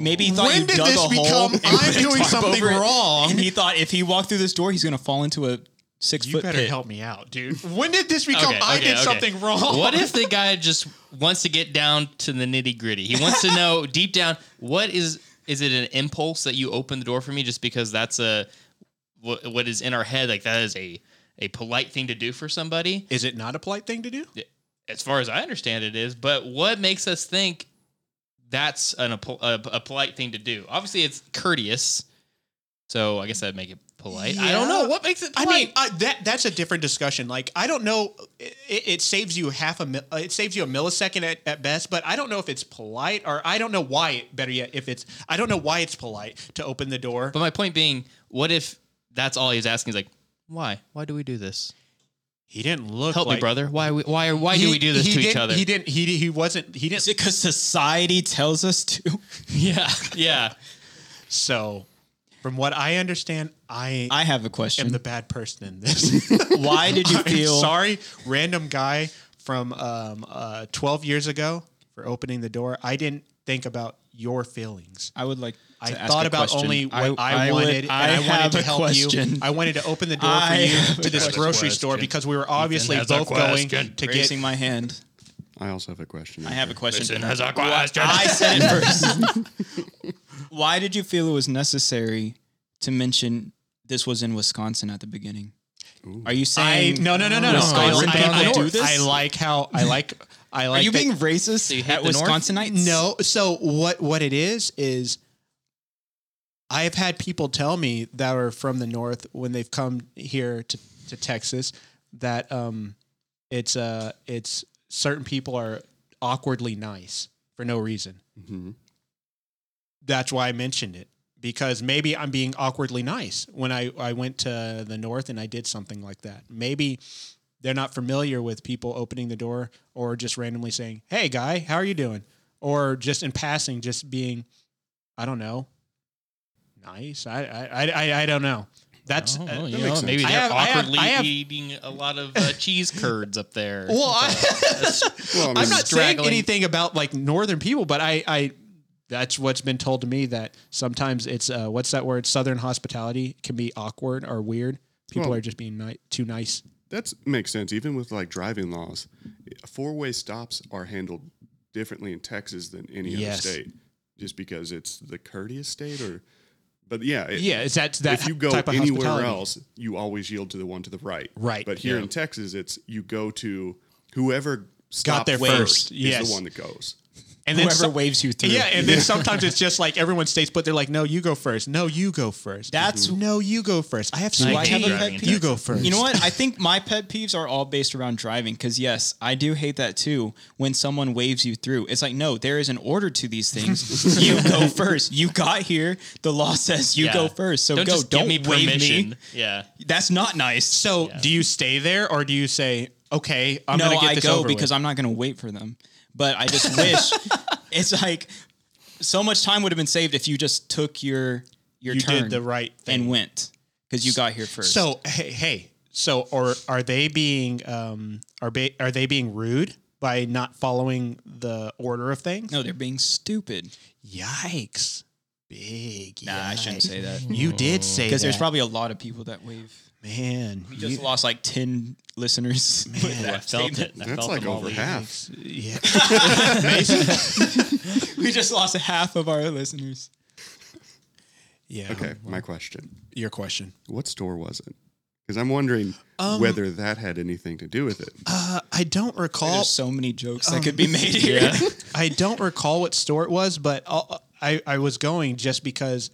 [SPEAKER 2] Maybe he thought
[SPEAKER 1] When
[SPEAKER 2] you
[SPEAKER 1] did
[SPEAKER 2] dug
[SPEAKER 1] this
[SPEAKER 2] a hole.
[SPEAKER 1] become
[SPEAKER 2] and
[SPEAKER 1] I'm
[SPEAKER 2] put a
[SPEAKER 1] doing
[SPEAKER 2] tarp
[SPEAKER 1] something
[SPEAKER 2] over it.
[SPEAKER 1] wrong?
[SPEAKER 2] And he thought if he walked through this door, he's gonna fall into a six
[SPEAKER 1] you
[SPEAKER 2] foot
[SPEAKER 1] better
[SPEAKER 2] pit.
[SPEAKER 1] help me out, dude. When did this become
[SPEAKER 3] Okay,
[SPEAKER 1] I
[SPEAKER 3] okay,
[SPEAKER 1] did
[SPEAKER 3] okay.
[SPEAKER 1] something wrong?
[SPEAKER 3] What if the guy just wants to get down to the nitty gritty? He wants to know deep down what is is it an impulse that you open the door for me just because that's a what, what is in our head like that is a a polite thing to do for somebody
[SPEAKER 1] is it not a polite thing to do?
[SPEAKER 3] as far as I understand it is. But what makes us think that's an, a, pol- a, a polite thing to do? Obviously, it's courteous, so I guess that'd make it polite. I don't know
[SPEAKER 1] Yeah.
[SPEAKER 3] what makes it.
[SPEAKER 1] I
[SPEAKER 3] Polite?
[SPEAKER 1] mean, I, that that's a different discussion. Like, I don't know. It, it saves you half a. mil- uh, It saves you a millisecond at, at best. But I don't know if it's polite, or I don't know why. It, better yet, if it's I don't know why it's polite to open the door.
[SPEAKER 3] But my point being, what if that's all he's asking? He's like, why? Why do we do this?
[SPEAKER 1] he didn't look.
[SPEAKER 3] Help
[SPEAKER 1] like,
[SPEAKER 3] me, brother. Why? We, why? Are, why
[SPEAKER 1] He-
[SPEAKER 3] do we do this
[SPEAKER 1] he
[SPEAKER 3] to each
[SPEAKER 1] didn't-
[SPEAKER 3] other?
[SPEAKER 1] He didn't. He he wasn't. He
[SPEAKER 2] Is
[SPEAKER 1] didn't.
[SPEAKER 2] it because society tells us to?
[SPEAKER 3] yeah, yeah.
[SPEAKER 1] So, from what I understand, I
[SPEAKER 2] I have a
[SPEAKER 1] am
[SPEAKER 2] question.
[SPEAKER 1] the bad person in this.
[SPEAKER 2] Why did you
[SPEAKER 1] I'm
[SPEAKER 2] feel
[SPEAKER 1] sorry, random guy from um, uh, 12 years ago for opening the door. I didn't think about your feelings.
[SPEAKER 2] I would like. To
[SPEAKER 1] I
[SPEAKER 2] ask
[SPEAKER 1] thought
[SPEAKER 2] a
[SPEAKER 1] about
[SPEAKER 2] question.
[SPEAKER 1] only what I,
[SPEAKER 2] would-
[SPEAKER 1] wanted,
[SPEAKER 2] I
[SPEAKER 1] and I
[SPEAKER 2] have
[SPEAKER 1] wanted to
[SPEAKER 2] a
[SPEAKER 1] help
[SPEAKER 2] question.
[SPEAKER 1] you. I wanted to open the door
[SPEAKER 2] I
[SPEAKER 1] for
[SPEAKER 2] have
[SPEAKER 1] you
[SPEAKER 2] a
[SPEAKER 1] to this
[SPEAKER 3] question.
[SPEAKER 1] grocery store
[SPEAKER 3] Question.
[SPEAKER 1] because we were obviously
[SPEAKER 3] has a
[SPEAKER 1] both going
[SPEAKER 3] question.
[SPEAKER 1] to get.
[SPEAKER 2] raising my hand.
[SPEAKER 4] I also have a question.
[SPEAKER 2] I have a question.
[SPEAKER 3] has a question.
[SPEAKER 2] I said it first. Why did you feel it was necessary to mention this was in Wisconsin at the beginning? Are you
[SPEAKER 1] I
[SPEAKER 2] saying
[SPEAKER 1] no no no no no. I,
[SPEAKER 2] Wisconsin people
[SPEAKER 1] I,
[SPEAKER 2] do
[SPEAKER 1] I,
[SPEAKER 2] this?
[SPEAKER 1] I like how I like I
[SPEAKER 2] Are
[SPEAKER 1] like.
[SPEAKER 2] you
[SPEAKER 1] that-
[SPEAKER 2] being racist
[SPEAKER 3] you hate
[SPEAKER 2] at
[SPEAKER 3] the North?
[SPEAKER 2] Wisconsinites?
[SPEAKER 1] No. So what what it is is I have had people tell me that are from the north when they've come here to, to Texas that um it's uh it's certain people are awkwardly nice for no reason.
[SPEAKER 4] Mm-hmm.
[SPEAKER 1] That's why I mentioned it. Because maybe I'm being awkwardly nice when I, I went to the north and I did something like that. Maybe they're not familiar with people opening the door or just randomly saying, "Hey, guy, how are you doing?" Or just in passing, just being, I don't know, nice. I I I, I- I don't know. That's
[SPEAKER 3] Oh,
[SPEAKER 1] uh,
[SPEAKER 3] you
[SPEAKER 4] makes
[SPEAKER 3] know,
[SPEAKER 4] sense.
[SPEAKER 3] maybe
[SPEAKER 1] I
[SPEAKER 3] they're
[SPEAKER 1] have- I have-
[SPEAKER 3] awkwardly
[SPEAKER 1] I have-
[SPEAKER 3] eating a lot of uh, cheese curds up there.
[SPEAKER 1] well. I,
[SPEAKER 4] Well, I mean,
[SPEAKER 1] I'm not saying
[SPEAKER 3] straggling.
[SPEAKER 1] anything about like northern people, but I I that's what's been told to me that sometimes it's uh, what's that word? Southern hospitality can be awkward or weird. People
[SPEAKER 4] Well-
[SPEAKER 1] are just being ni- too nice.
[SPEAKER 4] That makes sense. Even with like driving laws, four way stops are handled differently in Texas than any
[SPEAKER 1] Yes.
[SPEAKER 4] other state, just because it's the courteous state. Or, but yeah, it-
[SPEAKER 1] Yeah, it's that's that
[SPEAKER 4] if you go
[SPEAKER 1] type of
[SPEAKER 4] anywhere
[SPEAKER 1] hospitality.
[SPEAKER 4] else, you always yield to the one to the right.
[SPEAKER 1] Right,
[SPEAKER 4] But here
[SPEAKER 1] yeah.
[SPEAKER 4] in Texas, it's you go to whoever stopped
[SPEAKER 1] there
[SPEAKER 4] first,
[SPEAKER 1] first,
[SPEAKER 4] is
[SPEAKER 1] yes.
[SPEAKER 4] the one that goes.
[SPEAKER 1] and
[SPEAKER 2] Whoever
[SPEAKER 1] some-
[SPEAKER 2] waves you through.
[SPEAKER 1] Yeah, and then sometimes it's just like everyone stays put. They're like, "No, you go first. No, you go first.
[SPEAKER 2] That's-
[SPEAKER 4] Mm-hmm.
[SPEAKER 1] no, you go first. I have
[SPEAKER 2] Do
[SPEAKER 1] some.
[SPEAKER 2] I have a
[SPEAKER 3] Driving
[SPEAKER 2] pet
[SPEAKER 3] in
[SPEAKER 2] peeve?
[SPEAKER 1] you go first.
[SPEAKER 2] You know what? I think my pet peeves are all based around driving because, yes, I do hate that too when someone waves you through. It's like, no, there is an order to these things. you go first. You got here. The law says you
[SPEAKER 3] Yeah.
[SPEAKER 2] go first. So
[SPEAKER 3] don't
[SPEAKER 2] go.
[SPEAKER 3] just
[SPEAKER 2] don't
[SPEAKER 3] give me
[SPEAKER 2] wave
[SPEAKER 3] permission.
[SPEAKER 2] me.
[SPEAKER 3] Yeah.
[SPEAKER 2] That's not nice.
[SPEAKER 1] So, do you stay there or do you say, "Okay, I'm
[SPEAKER 2] no,
[SPEAKER 1] gonna get
[SPEAKER 2] I
[SPEAKER 1] this
[SPEAKER 2] go
[SPEAKER 1] over
[SPEAKER 2] because
[SPEAKER 1] with.
[SPEAKER 2] I'm not going to wait for them. But I just wish it's like so much time would have been saved if you just took your your
[SPEAKER 1] You did
[SPEAKER 2] turn
[SPEAKER 1] the right
[SPEAKER 2] and
[SPEAKER 1] thing.
[SPEAKER 2] went because you got here first.
[SPEAKER 1] So, hey, hey, so or are they being um are ba- are they being rude by not following the order of things?
[SPEAKER 2] no, they're being stupid.
[SPEAKER 1] Yikes! Big.
[SPEAKER 2] Nah, I shouldn't
[SPEAKER 1] yikes.
[SPEAKER 2] say that.
[SPEAKER 1] You did say
[SPEAKER 2] Because
[SPEAKER 1] that.
[SPEAKER 2] there's probably a lot of people that wave.
[SPEAKER 1] man.
[SPEAKER 2] We
[SPEAKER 1] you-
[SPEAKER 2] just lost like 10 listeners. with
[SPEAKER 3] Ooh, I
[SPEAKER 2] that
[SPEAKER 3] felt
[SPEAKER 2] statement.
[SPEAKER 3] it. I
[SPEAKER 4] That's
[SPEAKER 3] felt
[SPEAKER 4] like
[SPEAKER 3] them all
[SPEAKER 4] over
[SPEAKER 3] week.
[SPEAKER 4] half.
[SPEAKER 1] yeah.
[SPEAKER 2] We just lost half of our listeners.
[SPEAKER 1] Yeah.
[SPEAKER 4] Okay, my question:
[SPEAKER 1] Your question.
[SPEAKER 4] What store was it? Because I'm wondering whether that had anything to do with it.
[SPEAKER 1] Um, Uh, I don't recall.
[SPEAKER 2] There's so many jokes
[SPEAKER 1] um,
[SPEAKER 2] that could be made here.
[SPEAKER 1] I don't recall what store it was, but I'll, I I was going just because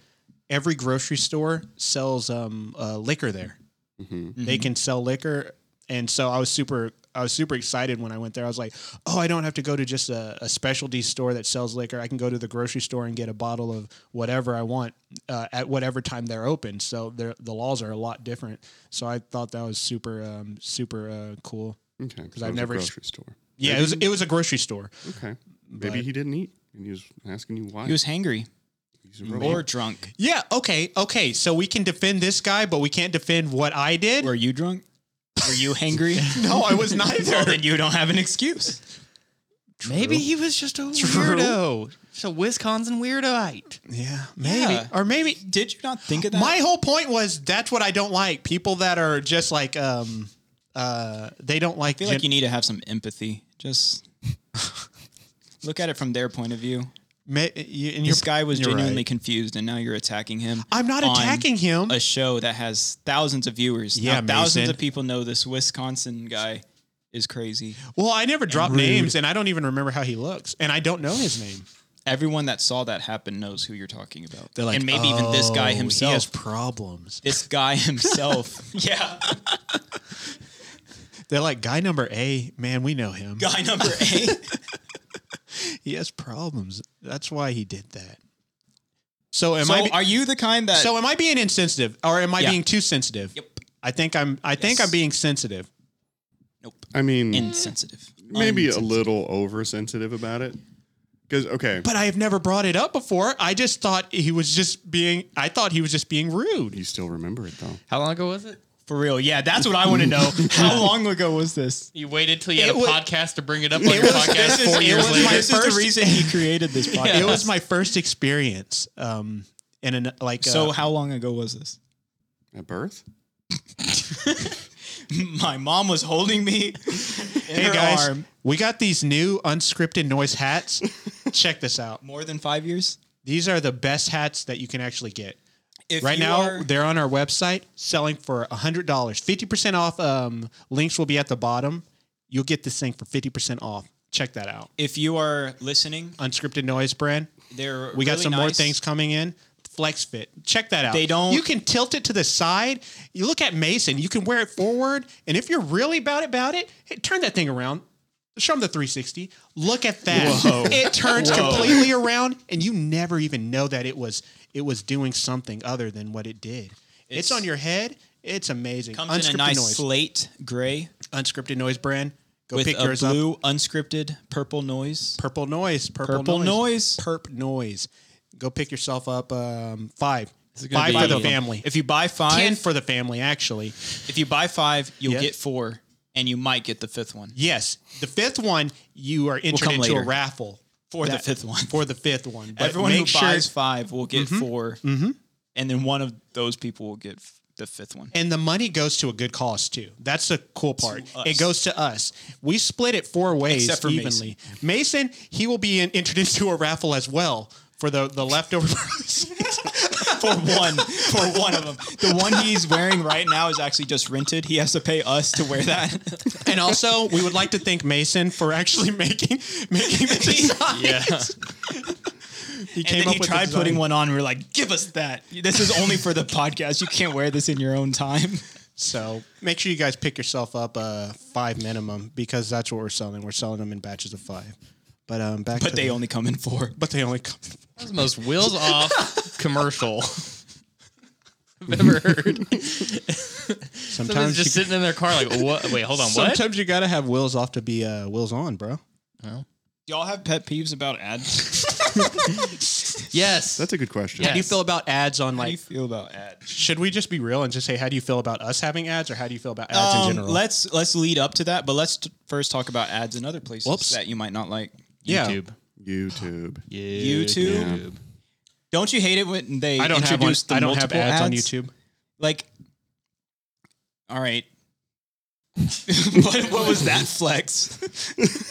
[SPEAKER 1] every grocery store sells um uh, liquor there. They can sell liquor, and so I was super I was super excited when I went there. I was like, oh, I don't have to go to just a, a specialty store that sells liquor. I can go to the grocery store and get a bottle of whatever I want uh, at whatever time they're open. So they're- the laws are a lot different. So I thought that was super um, super uh, cool.
[SPEAKER 4] Okay, because
[SPEAKER 1] I've never ex-
[SPEAKER 4] grocery store.
[SPEAKER 1] Yeah, it was it was a grocery store.
[SPEAKER 4] Okay, maybe
[SPEAKER 1] But-
[SPEAKER 4] he didn't eat, and he was asking you why.
[SPEAKER 2] He was hangry
[SPEAKER 4] He's a robot.
[SPEAKER 2] or drunk.
[SPEAKER 1] Yeah, okay, okay. So we can defend this guy, but we can't defend what I did.
[SPEAKER 2] Were you drunk? Were you hangry?
[SPEAKER 1] no, I was neither.
[SPEAKER 2] well, then you don't have an excuse.
[SPEAKER 3] Maybe he was just a weirdo. Just a Wisconsin weirdoite.
[SPEAKER 1] Yeah, maybe.
[SPEAKER 2] Yeah.
[SPEAKER 1] Or maybe
[SPEAKER 2] Did you not think of that?
[SPEAKER 1] my whole point was that's what I don't like. People that are just like um uh they don't like,
[SPEAKER 2] I feel
[SPEAKER 1] gen-
[SPEAKER 2] like you need to have some empathy. Just look at it from their point of view.
[SPEAKER 1] ma- you- and
[SPEAKER 2] This
[SPEAKER 1] you're-
[SPEAKER 2] guy was
[SPEAKER 1] you're right.
[SPEAKER 2] genuinely confused, and now you're attacking him.
[SPEAKER 1] I'm not
[SPEAKER 2] on
[SPEAKER 1] attacking him.
[SPEAKER 2] A show that has thousands of viewers.
[SPEAKER 1] Yeah,
[SPEAKER 2] now, thousands
[SPEAKER 1] Mason.
[SPEAKER 2] of people know this Wisconsin guy is crazy.
[SPEAKER 1] Well, I never drop names and I don't even remember how he looks and I don't know his name.
[SPEAKER 2] Everyone that saw that happen knows who you're talking about.
[SPEAKER 1] They're like,
[SPEAKER 2] and maybe even this
[SPEAKER 1] "Oh,
[SPEAKER 2] guy
[SPEAKER 1] He
[SPEAKER 2] himself.
[SPEAKER 1] has problems.
[SPEAKER 2] this guy himself. yeah,
[SPEAKER 1] They're like guy number A, man, we know him.
[SPEAKER 2] guy number eight.
[SPEAKER 1] He has problems. That's why he did that. So am
[SPEAKER 2] so,
[SPEAKER 1] I be-
[SPEAKER 2] are you the kind that?
[SPEAKER 1] So am I being insensitive or am I
[SPEAKER 2] Yeah.
[SPEAKER 1] being too sensitive?
[SPEAKER 2] Yep.
[SPEAKER 1] I think I'm I think
[SPEAKER 2] Yes.
[SPEAKER 1] I'm being sensitive.
[SPEAKER 2] nope.
[SPEAKER 4] I mean,
[SPEAKER 2] Insensitive.
[SPEAKER 4] maybe a
[SPEAKER 2] Unsensitive.
[SPEAKER 4] little oversensitive about it. Because okay,
[SPEAKER 1] But I have never brought it up before. I just thought he was just being I thought he was just being rude.
[SPEAKER 4] you still remember it though.
[SPEAKER 3] How long ago was it?
[SPEAKER 2] For real. Yeah, that's what I want to know. How long ago was this?
[SPEAKER 3] You waited till you
[SPEAKER 1] It
[SPEAKER 3] had a
[SPEAKER 1] was-
[SPEAKER 3] podcast to bring it up on your podcast four
[SPEAKER 1] it
[SPEAKER 3] years
[SPEAKER 1] was
[SPEAKER 3] later.
[SPEAKER 1] my
[SPEAKER 2] this is
[SPEAKER 1] first-
[SPEAKER 2] the reason he created this podcast.
[SPEAKER 1] It was my first experience. Um, and an, like
[SPEAKER 2] so
[SPEAKER 1] uh,
[SPEAKER 2] how long ago was this?
[SPEAKER 4] At birth?
[SPEAKER 2] My mom was holding me in
[SPEAKER 1] hey
[SPEAKER 2] her
[SPEAKER 1] guys,
[SPEAKER 2] arm.
[SPEAKER 1] we got these new unscripted noise hats. Check this out.
[SPEAKER 2] More than five years?
[SPEAKER 1] These are the best hats that you can actually get.
[SPEAKER 2] If
[SPEAKER 1] right
[SPEAKER 2] you
[SPEAKER 1] now,
[SPEAKER 2] are-
[SPEAKER 1] they're on our website selling for $100. 50% off. Um, links will be at the bottom. You'll get this thing for 50% off. Check that out.
[SPEAKER 2] if you are listening,
[SPEAKER 1] Unscripted Noise brand.
[SPEAKER 2] they're
[SPEAKER 1] We got
[SPEAKER 2] really
[SPEAKER 1] some more
[SPEAKER 2] nice.
[SPEAKER 1] things coming in. Flex fit. Check that out.
[SPEAKER 2] They don't-
[SPEAKER 1] You can tilt it to the side. You look at Mason. You can wear it forward. And if you're really about it, about it, hey, turn that thing around. Show them the 360. Look at that. It turns completely around, and you never even know that it was it was doing something other than what it did. It's,
[SPEAKER 2] It's-
[SPEAKER 1] on your head. It's amazing.
[SPEAKER 2] Comes
[SPEAKER 1] Unscripted
[SPEAKER 2] in a nice
[SPEAKER 1] noise.
[SPEAKER 2] slate gray
[SPEAKER 1] unscripted noise brand. Go
[SPEAKER 2] with
[SPEAKER 1] pick
[SPEAKER 2] a
[SPEAKER 1] yours up.
[SPEAKER 2] blue unscripted purple noise.
[SPEAKER 1] Purple noise. Purple,
[SPEAKER 2] Purple noise.
[SPEAKER 1] Perp noise. Go pick yourself up um, five.
[SPEAKER 3] gonna
[SPEAKER 1] Five
[SPEAKER 3] be-
[SPEAKER 1] for the family.
[SPEAKER 2] If you buy five,
[SPEAKER 1] Ten for the family, actually.
[SPEAKER 2] if you buy five, you'll
[SPEAKER 1] Yeah.
[SPEAKER 2] get four, and you might get the fifth one
[SPEAKER 1] Yes. The fifth one, you are entered
[SPEAKER 2] come
[SPEAKER 1] into a
[SPEAKER 2] later.
[SPEAKER 1] raffle
[SPEAKER 2] for the
[SPEAKER 1] That-
[SPEAKER 2] fifth one.
[SPEAKER 1] for the fifth one. But
[SPEAKER 2] Everyone who
[SPEAKER 1] make sure, Mm-hmm.
[SPEAKER 2] buys five will get 4 and then one of those people will get f- the fifth one.
[SPEAKER 1] and the money goes to a good cause too. That's the cool part.
[SPEAKER 2] us.
[SPEAKER 1] It goes to us. We split it four ways
[SPEAKER 2] Except for
[SPEAKER 1] evenly. Mason. he will be in, entered into a raffle as well for the the leftover.
[SPEAKER 2] for one, for one of them, the one he's wearing right now is actually just rented. He has to pay us to wear that.
[SPEAKER 1] and also, we would like to thank Mason for actually making making the design.
[SPEAKER 3] yeah.
[SPEAKER 1] He
[SPEAKER 2] And
[SPEAKER 1] came
[SPEAKER 2] then
[SPEAKER 1] up
[SPEAKER 2] he
[SPEAKER 1] with the
[SPEAKER 2] tried
[SPEAKER 1] design.
[SPEAKER 2] putting one on. And we are like, give us that. This is only for the podcast. You can't wear this in your own time.
[SPEAKER 1] So make sure you guys pick yourself up uh, five minimum because that's what we're selling. We're selling them in batches of five. But um, back.
[SPEAKER 2] But
[SPEAKER 1] to
[SPEAKER 2] they
[SPEAKER 1] the-
[SPEAKER 2] only come in four.
[SPEAKER 1] But they only. Come,
[SPEAKER 3] That was the most wheels off commercial I've ever heard. Sometimes
[SPEAKER 1] sometimes
[SPEAKER 3] just
[SPEAKER 1] you,
[SPEAKER 3] sitting in their car like, what? Wait, hold on, what?
[SPEAKER 1] sometimes you gotta have wheels off to be uh, wheels on, bro.
[SPEAKER 2] Do y'all have pet peeves about ads?
[SPEAKER 3] Yes.
[SPEAKER 4] That's a good question.
[SPEAKER 3] Yeah.
[SPEAKER 1] How do you feel about ads on
[SPEAKER 2] How do you
[SPEAKER 1] like?
[SPEAKER 2] feel about ads?
[SPEAKER 1] Should we just be real and just say how do you feel about us having ads, or how do you feel about ads in general?
[SPEAKER 2] Um, let's let's lead up to that, but let's t- first talk about ads in other places
[SPEAKER 1] Whoops.
[SPEAKER 2] that you might not like.
[SPEAKER 1] yeah.
[SPEAKER 3] YouTube.
[SPEAKER 4] YouTube.
[SPEAKER 2] YouTube. Don't you hate it when they
[SPEAKER 1] I don't have one.
[SPEAKER 2] introduce the
[SPEAKER 1] I don't have
[SPEAKER 2] multiple
[SPEAKER 1] ads, on YouTube.
[SPEAKER 2] Like, all right. what, what was that flex?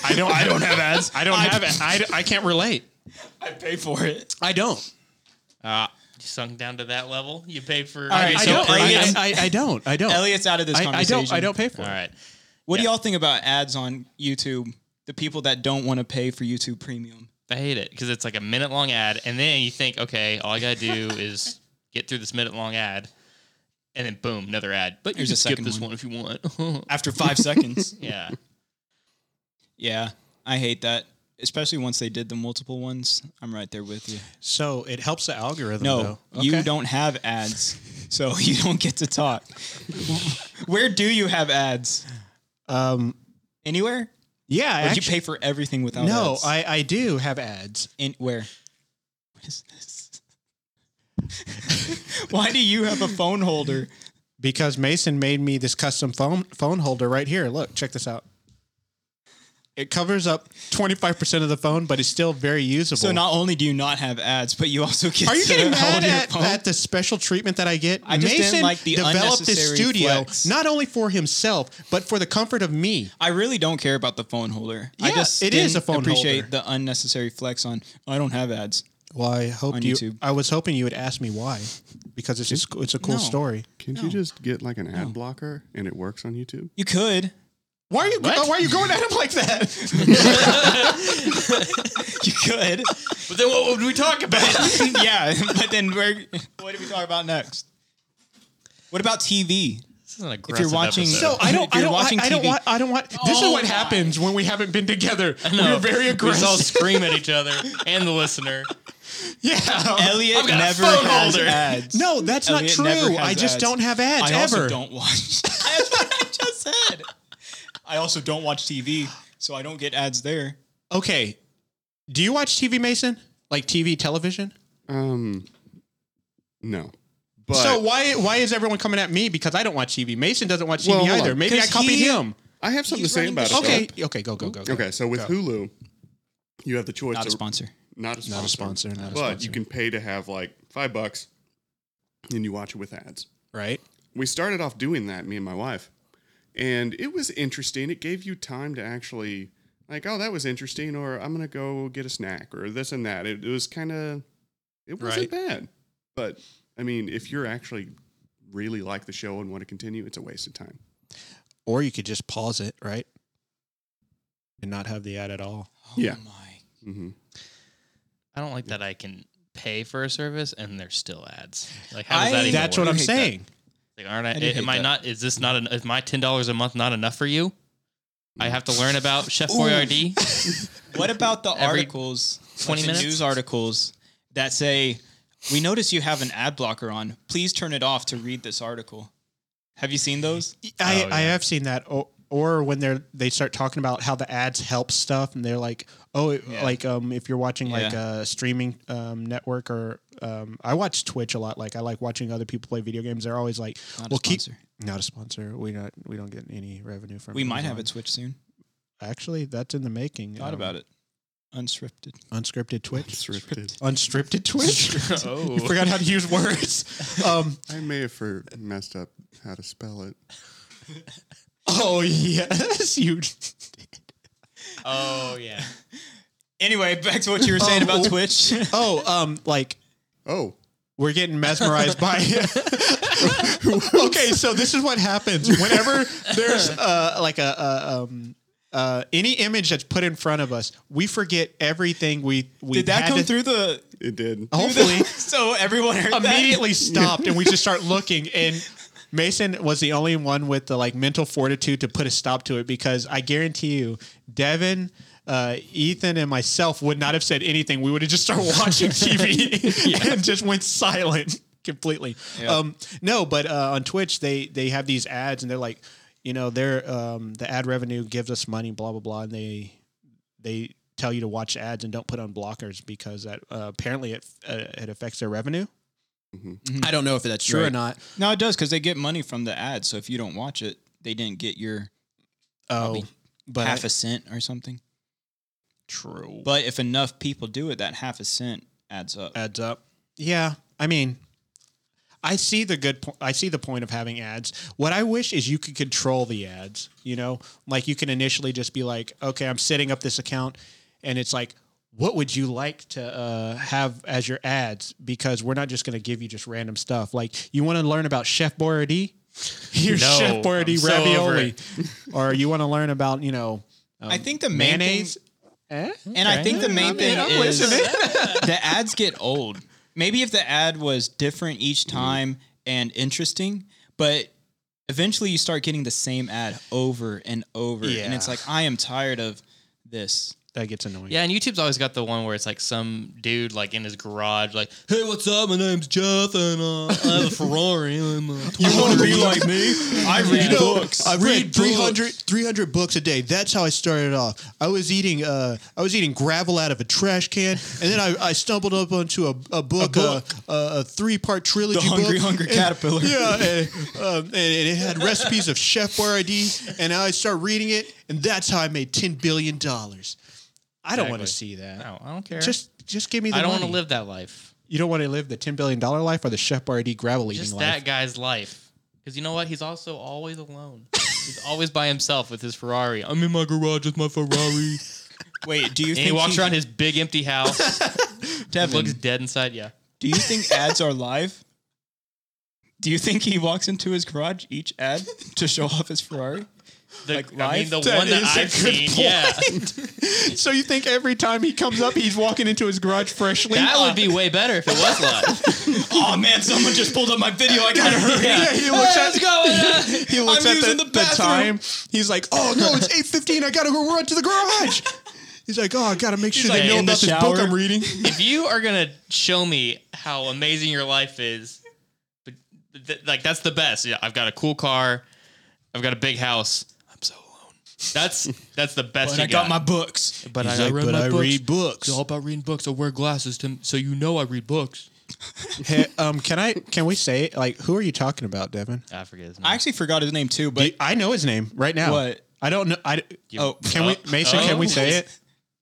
[SPEAKER 1] I don't. I don't have ads. I don't have. it. I, I can't relate.
[SPEAKER 2] I pay for it.
[SPEAKER 1] I don't.
[SPEAKER 3] You sunk down to that level. You pay for.
[SPEAKER 2] right,
[SPEAKER 1] I
[SPEAKER 2] so
[SPEAKER 1] don't.
[SPEAKER 2] Elliot's-
[SPEAKER 1] I, I, I don't. I don't.
[SPEAKER 2] Oh, Elliot's out of this
[SPEAKER 1] I, I
[SPEAKER 2] conversation.
[SPEAKER 1] don't. I don't pay for
[SPEAKER 3] All
[SPEAKER 1] it.
[SPEAKER 3] right.
[SPEAKER 2] What do
[SPEAKER 3] Yeah.
[SPEAKER 2] y'all think about ads on YouTube? The people that don't want to pay for YouTube Premium.
[SPEAKER 3] I hate it because it's like a minute long ad, and then you think, okay, all I gotta do is get through this minute long ad, and then boom, another ad. But you
[SPEAKER 2] Here's
[SPEAKER 3] can
[SPEAKER 2] a
[SPEAKER 3] skip
[SPEAKER 2] second
[SPEAKER 3] this
[SPEAKER 2] one.
[SPEAKER 3] one if you want.
[SPEAKER 2] After five seconds.
[SPEAKER 3] yeah.
[SPEAKER 2] Yeah, I hate that. Especially once they did the multiple ones. I'm right there with you.
[SPEAKER 1] So it helps the algorithm.
[SPEAKER 2] No,
[SPEAKER 1] though.
[SPEAKER 2] you
[SPEAKER 1] Oh, Okay.
[SPEAKER 2] don't have ads, so you don't get to talk. Where do you have ads?
[SPEAKER 1] Um,
[SPEAKER 2] Anywhere?
[SPEAKER 1] yeah,
[SPEAKER 2] Or do you
[SPEAKER 1] actually,
[SPEAKER 2] pay for everything without
[SPEAKER 1] no,
[SPEAKER 2] ads?
[SPEAKER 1] I, I do have ads.
[SPEAKER 2] In, where? What is this? Why do you have a phone holder?
[SPEAKER 1] Because Mason made me this custom phone phone holder right here. Look, check this out. It covers up twenty five percent of the phone, but it's still very usable.
[SPEAKER 2] So not only do you not have ads, but you also get
[SPEAKER 1] are you
[SPEAKER 2] to
[SPEAKER 1] getting
[SPEAKER 2] hold
[SPEAKER 1] mad
[SPEAKER 2] your
[SPEAKER 1] at,
[SPEAKER 2] phone?
[SPEAKER 1] at the special treatment that I get?
[SPEAKER 2] I just didn't
[SPEAKER 1] Mason
[SPEAKER 2] like the
[SPEAKER 1] developed this
[SPEAKER 2] unnecessary
[SPEAKER 1] studio
[SPEAKER 2] flex.
[SPEAKER 1] not only for himself but for the comfort of me.
[SPEAKER 2] I really don't care about the phone holder. I
[SPEAKER 1] Yeah,
[SPEAKER 2] just
[SPEAKER 1] it is
[SPEAKER 2] didn't
[SPEAKER 1] a phone
[SPEAKER 2] appreciate
[SPEAKER 1] holder.
[SPEAKER 2] the unnecessary flex on I don't have ads.
[SPEAKER 1] Well, I hope
[SPEAKER 2] On
[SPEAKER 1] you.
[SPEAKER 2] YouTube.
[SPEAKER 1] I was hoping you would ask me why, because it's a, it's a cool
[SPEAKER 2] No.
[SPEAKER 1] story.
[SPEAKER 4] Can't you just get like an ad blocker and it works on YouTube?
[SPEAKER 2] You could.
[SPEAKER 1] Why are you why are you going at him like that?
[SPEAKER 2] You could.
[SPEAKER 3] But then what would we talk about?
[SPEAKER 2] yeah, but then we're what do we talk about next? What about TV?
[SPEAKER 3] This is an
[SPEAKER 2] If you're watching,
[SPEAKER 3] episode.
[SPEAKER 1] So I don't.
[SPEAKER 2] if
[SPEAKER 1] I
[SPEAKER 2] you're
[SPEAKER 1] don't.
[SPEAKER 2] watching
[SPEAKER 1] I, I don't
[SPEAKER 2] TV
[SPEAKER 1] want. I don't want. This is
[SPEAKER 2] Oh
[SPEAKER 1] what
[SPEAKER 2] my.
[SPEAKER 1] happens when we haven't been together.
[SPEAKER 3] No,
[SPEAKER 1] We're very aggressive.
[SPEAKER 3] We all scream at each other and the listener.
[SPEAKER 1] yeah.
[SPEAKER 2] Elliot
[SPEAKER 3] got a
[SPEAKER 2] never
[SPEAKER 3] phone
[SPEAKER 2] has
[SPEAKER 3] holder.
[SPEAKER 2] ads.
[SPEAKER 1] No, that's not
[SPEAKER 2] Elliot
[SPEAKER 1] true.
[SPEAKER 2] never has
[SPEAKER 1] I just
[SPEAKER 2] ads.
[SPEAKER 1] don't have ads
[SPEAKER 2] I also
[SPEAKER 1] ever.
[SPEAKER 2] don't watch. That's what I just said. I also don't watch TV, so I don't get ads there.
[SPEAKER 1] Okay. Do you watch TV, Mason? Like TV, television?
[SPEAKER 4] Um, no. But
[SPEAKER 1] so why why is everyone coming at me because I don't watch TV? Mason doesn't watch TV
[SPEAKER 4] Well, hold
[SPEAKER 1] either.
[SPEAKER 4] on.
[SPEAKER 1] Maybe I
[SPEAKER 2] 'Cause
[SPEAKER 1] copied
[SPEAKER 2] he-
[SPEAKER 1] him.
[SPEAKER 4] I have something to
[SPEAKER 2] He's
[SPEAKER 4] say
[SPEAKER 2] running
[SPEAKER 4] about it.
[SPEAKER 2] the
[SPEAKER 4] though.
[SPEAKER 2] show.
[SPEAKER 1] Okay, okay, go go go. go.
[SPEAKER 4] Okay, so with
[SPEAKER 1] Go.
[SPEAKER 4] Hulu, you have the choice
[SPEAKER 2] Not
[SPEAKER 4] to
[SPEAKER 2] a sponsor.
[SPEAKER 4] not a sponsor,
[SPEAKER 1] Not a sponsor, not a
[SPEAKER 4] but
[SPEAKER 1] sponsor.
[SPEAKER 4] you can pay to have like five bucks, and you watch it with ads.
[SPEAKER 1] right?
[SPEAKER 4] we started off doing that, me and my wife, and it was interesting. It gave you time to actually like, oh, that was interesting, or I'm gonna go get a snack, or this and that. It, it was kind of, it wasn't bad, but I mean, if you're actually really like the show and want to continue, it's a waste of time.
[SPEAKER 1] Or you could just pause it, right? And not have the ad at all.
[SPEAKER 2] Oh
[SPEAKER 4] Yeah.
[SPEAKER 2] my.
[SPEAKER 4] Mm-hmm.
[SPEAKER 3] I don't like that I can pay for a service and there's still ads. Like how does
[SPEAKER 2] I-
[SPEAKER 3] that even
[SPEAKER 1] That's
[SPEAKER 3] work?
[SPEAKER 1] what
[SPEAKER 2] I
[SPEAKER 1] I'm
[SPEAKER 2] hate that.
[SPEAKER 1] saying.
[SPEAKER 3] Like, aren't I,
[SPEAKER 2] I do hate
[SPEAKER 3] am I
[SPEAKER 2] that.
[SPEAKER 3] not? Is this not an? Is my ten dollars a month not enough for you? I have to
[SPEAKER 1] Mm.
[SPEAKER 3] learn about Chef Boyardee.
[SPEAKER 2] What about the
[SPEAKER 3] Every
[SPEAKER 2] articles,
[SPEAKER 3] 20
[SPEAKER 2] like the
[SPEAKER 3] minutes?
[SPEAKER 2] news articles that say, "We notice you have an ad blocker on. Please turn it off to read this article." Have you seen those?
[SPEAKER 1] I,
[SPEAKER 3] Oh,
[SPEAKER 1] I
[SPEAKER 3] yeah.
[SPEAKER 1] have seen that. Or, or when they're they start talking about how the ads help stuff, and they're like, oh, it,
[SPEAKER 2] Yeah.
[SPEAKER 1] like um, if you're watching like
[SPEAKER 2] Yeah.
[SPEAKER 1] a streaming um, network or um, I watch Twitch a lot. Like I like watching other people play video games. They're always like,
[SPEAKER 2] Not
[SPEAKER 1] well,
[SPEAKER 2] a sponsor.
[SPEAKER 1] keep not a sponsor. We not we don't get any revenue from.
[SPEAKER 2] we might have a
[SPEAKER 1] Amazon."
[SPEAKER 2] Twitch soon.
[SPEAKER 1] Actually, that's in the making. um,
[SPEAKER 2] Thought about it. Unscripted.
[SPEAKER 1] Unscripted Twitch. Unscripted Twitch. you
[SPEAKER 3] oh,
[SPEAKER 1] forgot how to use words.
[SPEAKER 2] Oh.
[SPEAKER 1] Um,
[SPEAKER 4] I may have for messed up how to spell it.
[SPEAKER 1] oh yes, you.
[SPEAKER 3] oh yeah.
[SPEAKER 2] Anyway, back to what you were saying
[SPEAKER 1] Um,
[SPEAKER 2] about
[SPEAKER 1] oh.
[SPEAKER 2] Twitch.
[SPEAKER 1] Oh, um, like
[SPEAKER 4] Oh,
[SPEAKER 1] we're getting mesmerized by okay, so this is what happens whenever there's uh, like a, a um, uh, any image that's put in front of us, we forget everything we we
[SPEAKER 2] Did that
[SPEAKER 1] had
[SPEAKER 2] come
[SPEAKER 1] to-
[SPEAKER 2] through the?
[SPEAKER 4] it did.
[SPEAKER 1] Hopefully,
[SPEAKER 2] so everyone heard that?
[SPEAKER 1] immediately stopped and we just start looking and. Mason was the only one with the like mental fortitude to put a stop to it because I guarantee you, Devin, uh, Ethan, and myself would not have said anything. We would have just started watching TV and just went silent completely. Um, no, but uh, on Twitch they they have these ads and they're like, you know, their um, the ad revenue gives us money, blah blah blah, and they they tell you to watch ads and don't put on blockers because that uh, apparently it uh, it affects their revenue. I don't know if that's true or
[SPEAKER 2] Right.
[SPEAKER 1] not.
[SPEAKER 2] No, it does because they get money from the ad. So if you don't watch it, they didn't get your
[SPEAKER 1] Oh, but
[SPEAKER 2] half a cent or something.
[SPEAKER 1] true.
[SPEAKER 2] But if enough people do it, that half a cent adds up.
[SPEAKER 1] adds up. Yeah, I mean, I see the good. Po- I see the point of having ads. What I wish is you could control the ads. You know, like you can initially just be like, okay, I'm setting up this account, and it's like, what would you like to uh, have as your ads? Because we're not just going to give you just random stuff. Like, you want to learn about Chef Boyardee? Here's
[SPEAKER 3] No,
[SPEAKER 1] Chef Boyardee
[SPEAKER 3] I'm so over
[SPEAKER 1] ravioli, or you want to learn about you know um,
[SPEAKER 2] I think the main
[SPEAKER 1] mayonnaise?
[SPEAKER 2] thing-
[SPEAKER 1] eh?
[SPEAKER 3] Hmm?
[SPEAKER 2] and I think the main thing
[SPEAKER 1] I'm
[SPEAKER 2] is
[SPEAKER 1] listening.
[SPEAKER 2] the ads get old. Maybe if the ad was different each
[SPEAKER 1] Mm-hmm.
[SPEAKER 2] time and interesting, but eventually you start getting the same ad over and over, and it's
[SPEAKER 1] Yeah.
[SPEAKER 2] like I am tired of this.
[SPEAKER 1] that gets annoying.
[SPEAKER 3] Yeah, and YouTube's always got the one where it's like some dude like in his garage, like, "Hey, what's up? My name's Jeff, and uh, I have a Ferrari." I'm, uh,
[SPEAKER 2] You want to be like me? I read
[SPEAKER 1] know,
[SPEAKER 2] books.
[SPEAKER 1] I read
[SPEAKER 3] Read
[SPEAKER 1] 300, 300 books a day. That's how I started off. I was eating uh, I was eating gravel out of a trash can, and then I, I stumbled up onto a, a book, a, a, three part trilogy,
[SPEAKER 2] Hungry
[SPEAKER 1] book.
[SPEAKER 2] Hungry
[SPEAKER 1] And-
[SPEAKER 2] Caterpillar.
[SPEAKER 1] Yeah, and, um, and it had recipes of Chef Boyardee, and I started reading it, and that's how I made ten billion dollars. I don't want to see
[SPEAKER 3] Exactly.
[SPEAKER 1] that.
[SPEAKER 3] no, Oh, I don't care.
[SPEAKER 1] Just just give me the
[SPEAKER 3] I don't want
[SPEAKER 1] money.
[SPEAKER 3] to live that life.
[SPEAKER 1] You don't want to live the ten billion dollar life or the Chef Boyardee gravel eating
[SPEAKER 3] Just
[SPEAKER 1] life.
[SPEAKER 3] that guy's life, because you know what? He's also always alone. He's always by himself with his Ferrari. I'm in my garage with my Ferrari,
[SPEAKER 2] Wait, do you
[SPEAKER 3] and
[SPEAKER 2] think
[SPEAKER 3] he walks around his big empty house.
[SPEAKER 2] Devin,
[SPEAKER 3] looks dead inside. Yeah.
[SPEAKER 2] Do you think ads are live? Do you think he walks into his garage each ad to show off his Ferrari?
[SPEAKER 3] The,
[SPEAKER 2] Like
[SPEAKER 3] I mean,
[SPEAKER 2] life?
[SPEAKER 3] the
[SPEAKER 1] That
[SPEAKER 3] one that
[SPEAKER 1] is a
[SPEAKER 3] I've
[SPEAKER 1] good
[SPEAKER 3] seen. Yeah,
[SPEAKER 1] So you think every time he comes up, he's walking into his garage freshly?
[SPEAKER 3] that would be way better if it was live.
[SPEAKER 2] Oh man, someone just pulled up my video. I gotta hurry.
[SPEAKER 1] Yeah, he looks
[SPEAKER 3] Hey,
[SPEAKER 1] at
[SPEAKER 3] let's go. yeah.
[SPEAKER 1] he looks
[SPEAKER 2] I'm
[SPEAKER 1] at the,
[SPEAKER 2] using the
[SPEAKER 1] the
[SPEAKER 2] bathroom.
[SPEAKER 1] time. He's like, "Oh no, it's eight fifteen. I gotta go run to the garage." He's like, "Oh, I gotta make sure
[SPEAKER 3] like,
[SPEAKER 1] they know
[SPEAKER 3] in the
[SPEAKER 1] about this book
[SPEAKER 2] shower.
[SPEAKER 1] I'm reading."
[SPEAKER 3] if you are gonna show me how amazing your life is, but th- like that's the best. Yeah, I've got a cool car, I've got a big house. I'm so alone. That's that's the best.
[SPEAKER 2] But
[SPEAKER 3] you
[SPEAKER 2] I got my books.
[SPEAKER 3] But
[SPEAKER 1] He's like, "But I read books."
[SPEAKER 3] about reading books. I wear glasses to, so you know I read books.
[SPEAKER 1] Hey, um, can I? Can we say like who are you talking about, Devin?
[SPEAKER 3] I forget his name.
[SPEAKER 2] I actually forgot his name too,
[SPEAKER 1] Do
[SPEAKER 2] but
[SPEAKER 1] you- I know his name right now.
[SPEAKER 2] What?
[SPEAKER 1] I don't know. I
[SPEAKER 3] You-
[SPEAKER 1] oh, can we,
[SPEAKER 3] oh,
[SPEAKER 1] Mason? Can we
[SPEAKER 3] oh.
[SPEAKER 1] say it?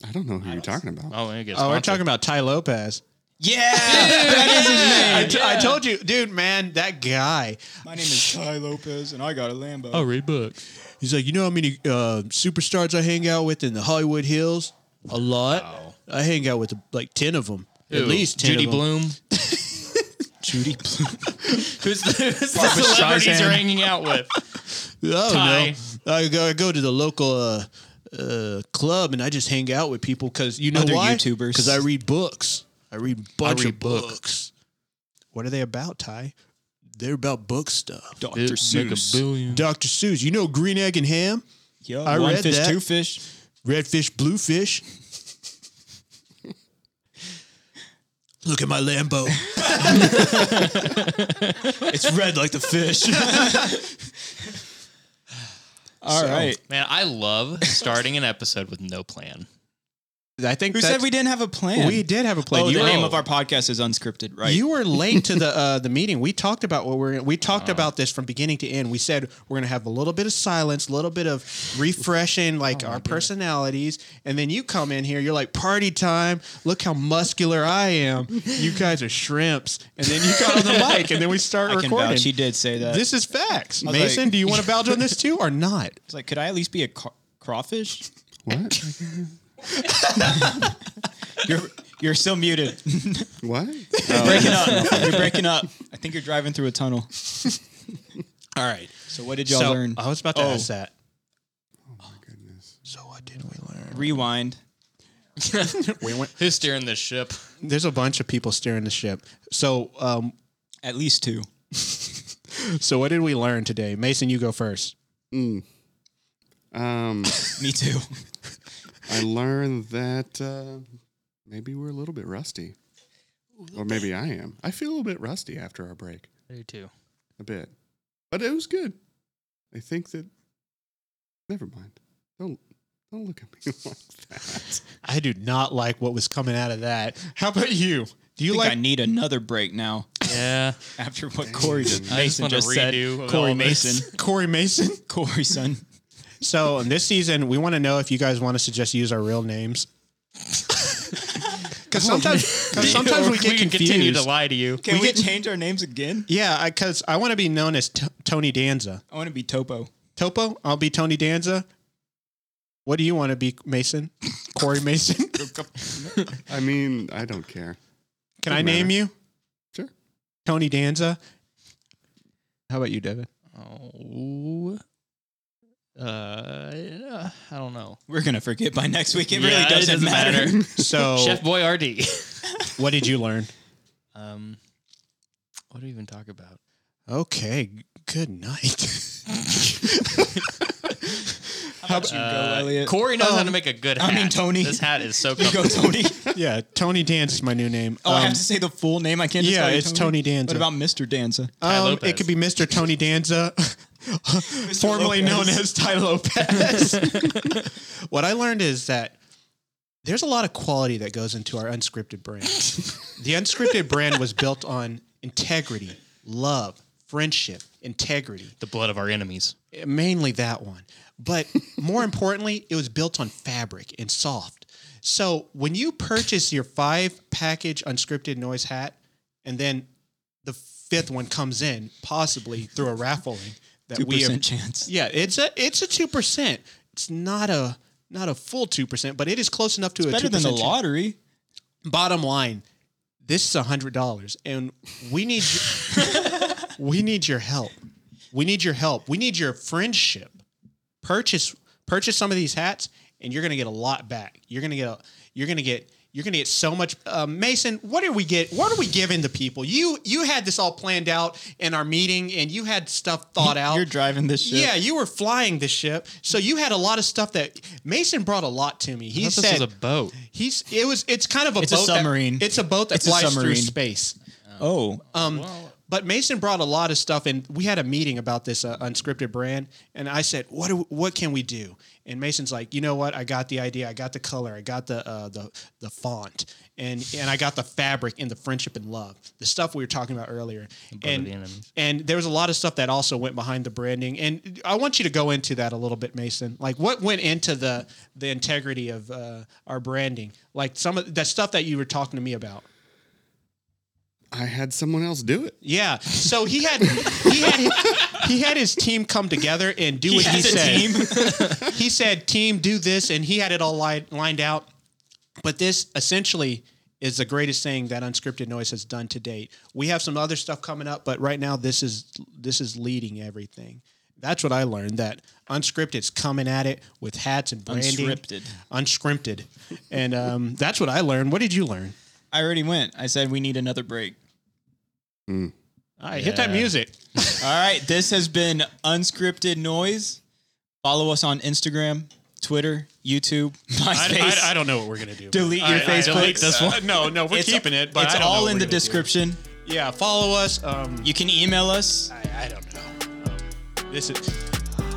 [SPEAKER 4] I don't know who you're talking about.
[SPEAKER 3] oh, I guess.
[SPEAKER 1] Oh, we're talking about Ty Lopez.
[SPEAKER 2] yeah, that is his name.
[SPEAKER 1] I t- I told you, dude, man, that guy.
[SPEAKER 2] My name is Ty Lopez, and I got a Lambo.
[SPEAKER 3] Oh, read books.
[SPEAKER 1] He's like, you know how many uh, superstars I hang out with in the Hollywood Hills? A lot. I hang out with like ten of them, at least ten.
[SPEAKER 3] Judy
[SPEAKER 1] of 'em.
[SPEAKER 3] Bloom.
[SPEAKER 2] Judy Bluth.
[SPEAKER 3] Who's the, who's the celebrities
[SPEAKER 2] Streisand.
[SPEAKER 3] you're hanging out with?
[SPEAKER 1] Oh
[SPEAKER 3] Ty.
[SPEAKER 1] no, I go, I go to the local uh, uh, club and I just hang out with people because you know
[SPEAKER 2] Other
[SPEAKER 1] why?
[SPEAKER 2] YouTubers.
[SPEAKER 1] Because I read books. I read a bunch
[SPEAKER 3] read
[SPEAKER 1] of
[SPEAKER 3] books.
[SPEAKER 1] books. What are they about, Ty? They're about book stuff.
[SPEAKER 2] Dr. Seuss.
[SPEAKER 3] billion.
[SPEAKER 1] Dr. Seuss. You know green egg and ham,
[SPEAKER 2] Yo,
[SPEAKER 1] I
[SPEAKER 2] one
[SPEAKER 1] read
[SPEAKER 2] fish,
[SPEAKER 1] that.
[SPEAKER 2] two fish.
[SPEAKER 1] red fish, blue fish. Look at my Lambo. it's red like the fish.
[SPEAKER 2] All right.
[SPEAKER 3] Man, I love starting an episode with no plan.
[SPEAKER 1] I think
[SPEAKER 2] Who said we didn't have a plan?
[SPEAKER 1] we did have a plan.
[SPEAKER 2] Oh,
[SPEAKER 1] You
[SPEAKER 2] the
[SPEAKER 1] were-
[SPEAKER 2] name of our podcast is unscripted, right?
[SPEAKER 1] You were late to the uh, the meeting. We talked about what we're we
[SPEAKER 2] Uh-huh.
[SPEAKER 1] talked about this from beginning to end. We said we're gonna have a little bit of silence, a little bit of refreshing like
[SPEAKER 2] Oh,
[SPEAKER 1] our personalities, and then you come in here. You're like party time. Look how muscular I am. You guys are shrimps. And then you got on the mic, and then we start
[SPEAKER 2] I can
[SPEAKER 1] recording.
[SPEAKER 2] vouch. He did say that.
[SPEAKER 1] this is facts.
[SPEAKER 2] was
[SPEAKER 1] Mason,
[SPEAKER 2] like-
[SPEAKER 1] do you want to vouch on this too or not?
[SPEAKER 2] it's like, could I at least be a ca- crawfish?
[SPEAKER 4] What?
[SPEAKER 2] You're you're still muted.
[SPEAKER 4] what?
[SPEAKER 2] breaking up. You're breaking up. I think you're driving through a tunnel.
[SPEAKER 1] All right.
[SPEAKER 2] So what did y'all
[SPEAKER 1] so
[SPEAKER 2] learn?
[SPEAKER 1] I was about to
[SPEAKER 2] Oh.
[SPEAKER 1] ask that.
[SPEAKER 4] Goodness.
[SPEAKER 1] So what did we learn?
[SPEAKER 2] Rewind.
[SPEAKER 1] We went.
[SPEAKER 3] Who's steering this ship?
[SPEAKER 1] There's a bunch of people steering the ship. So um,
[SPEAKER 2] At least two.
[SPEAKER 1] So what did we learn today? Mason, you go first.
[SPEAKER 4] Mm. Um,
[SPEAKER 2] Me too.
[SPEAKER 4] I learned that uh, maybe we're a little bit rusty, or maybe I am. I feel a little bit rusty after our break,
[SPEAKER 3] Me too.
[SPEAKER 4] a bit, but it was good. I think that. Never mind. Don't don't look at me like that.
[SPEAKER 1] I do not like what was coming out of that. How about you? Do
[SPEAKER 2] I
[SPEAKER 1] you
[SPEAKER 2] think I
[SPEAKER 1] like
[SPEAKER 2] need another break now
[SPEAKER 3] Yeah.
[SPEAKER 2] after what Corey just,
[SPEAKER 3] I just
[SPEAKER 2] Mason
[SPEAKER 3] want to
[SPEAKER 2] just said.
[SPEAKER 3] redo of
[SPEAKER 2] Corey
[SPEAKER 3] all this.
[SPEAKER 2] Mason.
[SPEAKER 1] Corey Mason?
[SPEAKER 2] Corey son.
[SPEAKER 1] So in this season, we want to know if you guys want us to just use our real names. Because sometimes, 'cause sometimes we get
[SPEAKER 3] can continue to
[SPEAKER 1] confused.
[SPEAKER 3] lie to you.
[SPEAKER 2] Can we,
[SPEAKER 1] we get-
[SPEAKER 2] change our names again?
[SPEAKER 1] Yeah, because I want to be known as T- Tony Danza.
[SPEAKER 2] I want to be Topo.
[SPEAKER 1] Topo, I'll be Tony Danza. What do you want to be, Mason? Corey Mason?
[SPEAKER 4] I mean, I don't care.
[SPEAKER 1] Can I name you
[SPEAKER 4] Sure.
[SPEAKER 1] Tony Danza? How about you, Devin?
[SPEAKER 3] Oh. Uh, yeah, I don't know.
[SPEAKER 2] We're gonna forget by next week. It
[SPEAKER 3] Yeah,
[SPEAKER 2] really doesn't, matter.
[SPEAKER 1] So,
[SPEAKER 3] Chef Boyardee.
[SPEAKER 1] what did you learn?
[SPEAKER 3] Um, what do we even talk about?
[SPEAKER 1] Okay. g- Good night.
[SPEAKER 2] How about you go, Elliot?
[SPEAKER 3] Uh, Corey knows how to make a good hat.
[SPEAKER 2] I mean, Tony.
[SPEAKER 3] This hat is so
[SPEAKER 2] you go,
[SPEAKER 3] comfortable.
[SPEAKER 2] Tony.
[SPEAKER 1] yeah, Tony Dance is my new name.
[SPEAKER 2] Oh, I have
[SPEAKER 1] Um,
[SPEAKER 2] to say the full name. I can't. just
[SPEAKER 1] yeah,
[SPEAKER 2] call you
[SPEAKER 1] it's Tony Danza.
[SPEAKER 2] What about Mr. Danza?
[SPEAKER 3] Ty
[SPEAKER 1] um,
[SPEAKER 3] Lopez.
[SPEAKER 1] it could be Mr. Tony Danza, formerly known
[SPEAKER 2] Lopez.
[SPEAKER 1] as Ty Lopez. what I learned is that there's a lot of quality that goes into our unscripted brand. the unscripted brand was built on integrity, love, friendship, integrity.
[SPEAKER 3] the blood of our enemies.
[SPEAKER 1] mainly that one. But more importantly, it was built on fabric and soft. So when you purchase your five package unscripted noise hat, and then the fifth one comes in, possibly through a raffling that
[SPEAKER 2] Two
[SPEAKER 1] we have
[SPEAKER 2] percent chance.
[SPEAKER 1] yeah, it's a it's a two percent. It's not a not a full two percent, but it is close enough to a
[SPEAKER 2] Better
[SPEAKER 1] 2%
[SPEAKER 2] than the
[SPEAKER 1] chance.
[SPEAKER 2] lottery.
[SPEAKER 1] Bottom line, this is a hundred dollars, and we need we need your help. We need your help. We need your friendship. Purchase purchase some of these hats, and you're gonna get a lot back. You're gonna get a, you're gonna get you're gonna get so much. Uh, Mason, what are we get? What are we giving the people? You you had this all planned out in our meeting, and you had stuff thought out.
[SPEAKER 2] You're driving this ship.
[SPEAKER 1] Yeah, you were flying the ship, so you had a lot of stuff that Mason brought a lot to me. He
[SPEAKER 3] He
[SPEAKER 1] said
[SPEAKER 3] this was a boat.
[SPEAKER 1] he's it was it's kind of a
[SPEAKER 2] It's a
[SPEAKER 1] boat that-
[SPEAKER 2] submarine.
[SPEAKER 1] it's a boat that
[SPEAKER 2] It's a
[SPEAKER 1] flies through
[SPEAKER 2] submarine.
[SPEAKER 1] space.
[SPEAKER 2] Oh,
[SPEAKER 1] Um, But Mason brought a lot of stuff, and we had a meeting about this uh, unscripted brand. And I said, "What do, what can we do?" And Mason's like, "You know what? I got the idea. I got the color. I got the uh, the the font, and and I got the fabric and the friendship and love, the stuff we were talking about earlier."
[SPEAKER 3] Brother
[SPEAKER 1] And
[SPEAKER 3] the enemies.
[SPEAKER 1] and there was a lot of stuff that also went behind the branding. And I want you to go into that a little bit, Mason. Like what went into the the integrity of uh, our branding, like some of the stuff that you were talking to me about.
[SPEAKER 4] I had someone else do it.
[SPEAKER 1] Yeah. So he had he had he had his team come together and do what he
[SPEAKER 2] has a
[SPEAKER 1] said. he said, "Team, do this," and he had it all li- lined out. But this essentially is the greatest thing that unscripted noise has done to date. We have some other stuff coming up, but right now this is this is leading everything. That's what I learned. That unscripted's coming at it with hats and branding.
[SPEAKER 2] Unscripted.
[SPEAKER 1] Unscripted. and um, that's what I learned. What did you learn?
[SPEAKER 2] I already went. I said we need another break.
[SPEAKER 1] All right, hit that
[SPEAKER 3] Yeah.
[SPEAKER 1] music.
[SPEAKER 2] All right, this has been unscripted noise. Follow us on Instagram, Twitter, YouTube, MySpace.
[SPEAKER 1] I, I, I don't know what we're gonna do.
[SPEAKER 2] Delete
[SPEAKER 1] man.
[SPEAKER 2] your
[SPEAKER 1] I- I
[SPEAKER 2] Facebook.
[SPEAKER 1] delete this one. no, no, we're keeping it. But
[SPEAKER 2] it's
[SPEAKER 1] I don't know
[SPEAKER 2] all
[SPEAKER 1] what
[SPEAKER 2] in
[SPEAKER 1] we're
[SPEAKER 2] the
[SPEAKER 1] gonna do.
[SPEAKER 2] description.
[SPEAKER 1] Yeah, follow us. Um,
[SPEAKER 2] You can email us.
[SPEAKER 1] I, I don't know. Um, this is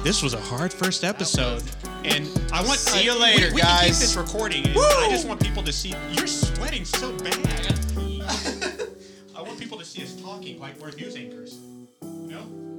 [SPEAKER 1] this was a hard first episode, and I want
[SPEAKER 2] See you
[SPEAKER 1] I-
[SPEAKER 2] later,
[SPEAKER 1] we, we Can keep
[SPEAKER 2] guys.
[SPEAKER 1] this recording. and I just want people to see you're sweating so bad. I want people to see us talking like we're news anchors. You know?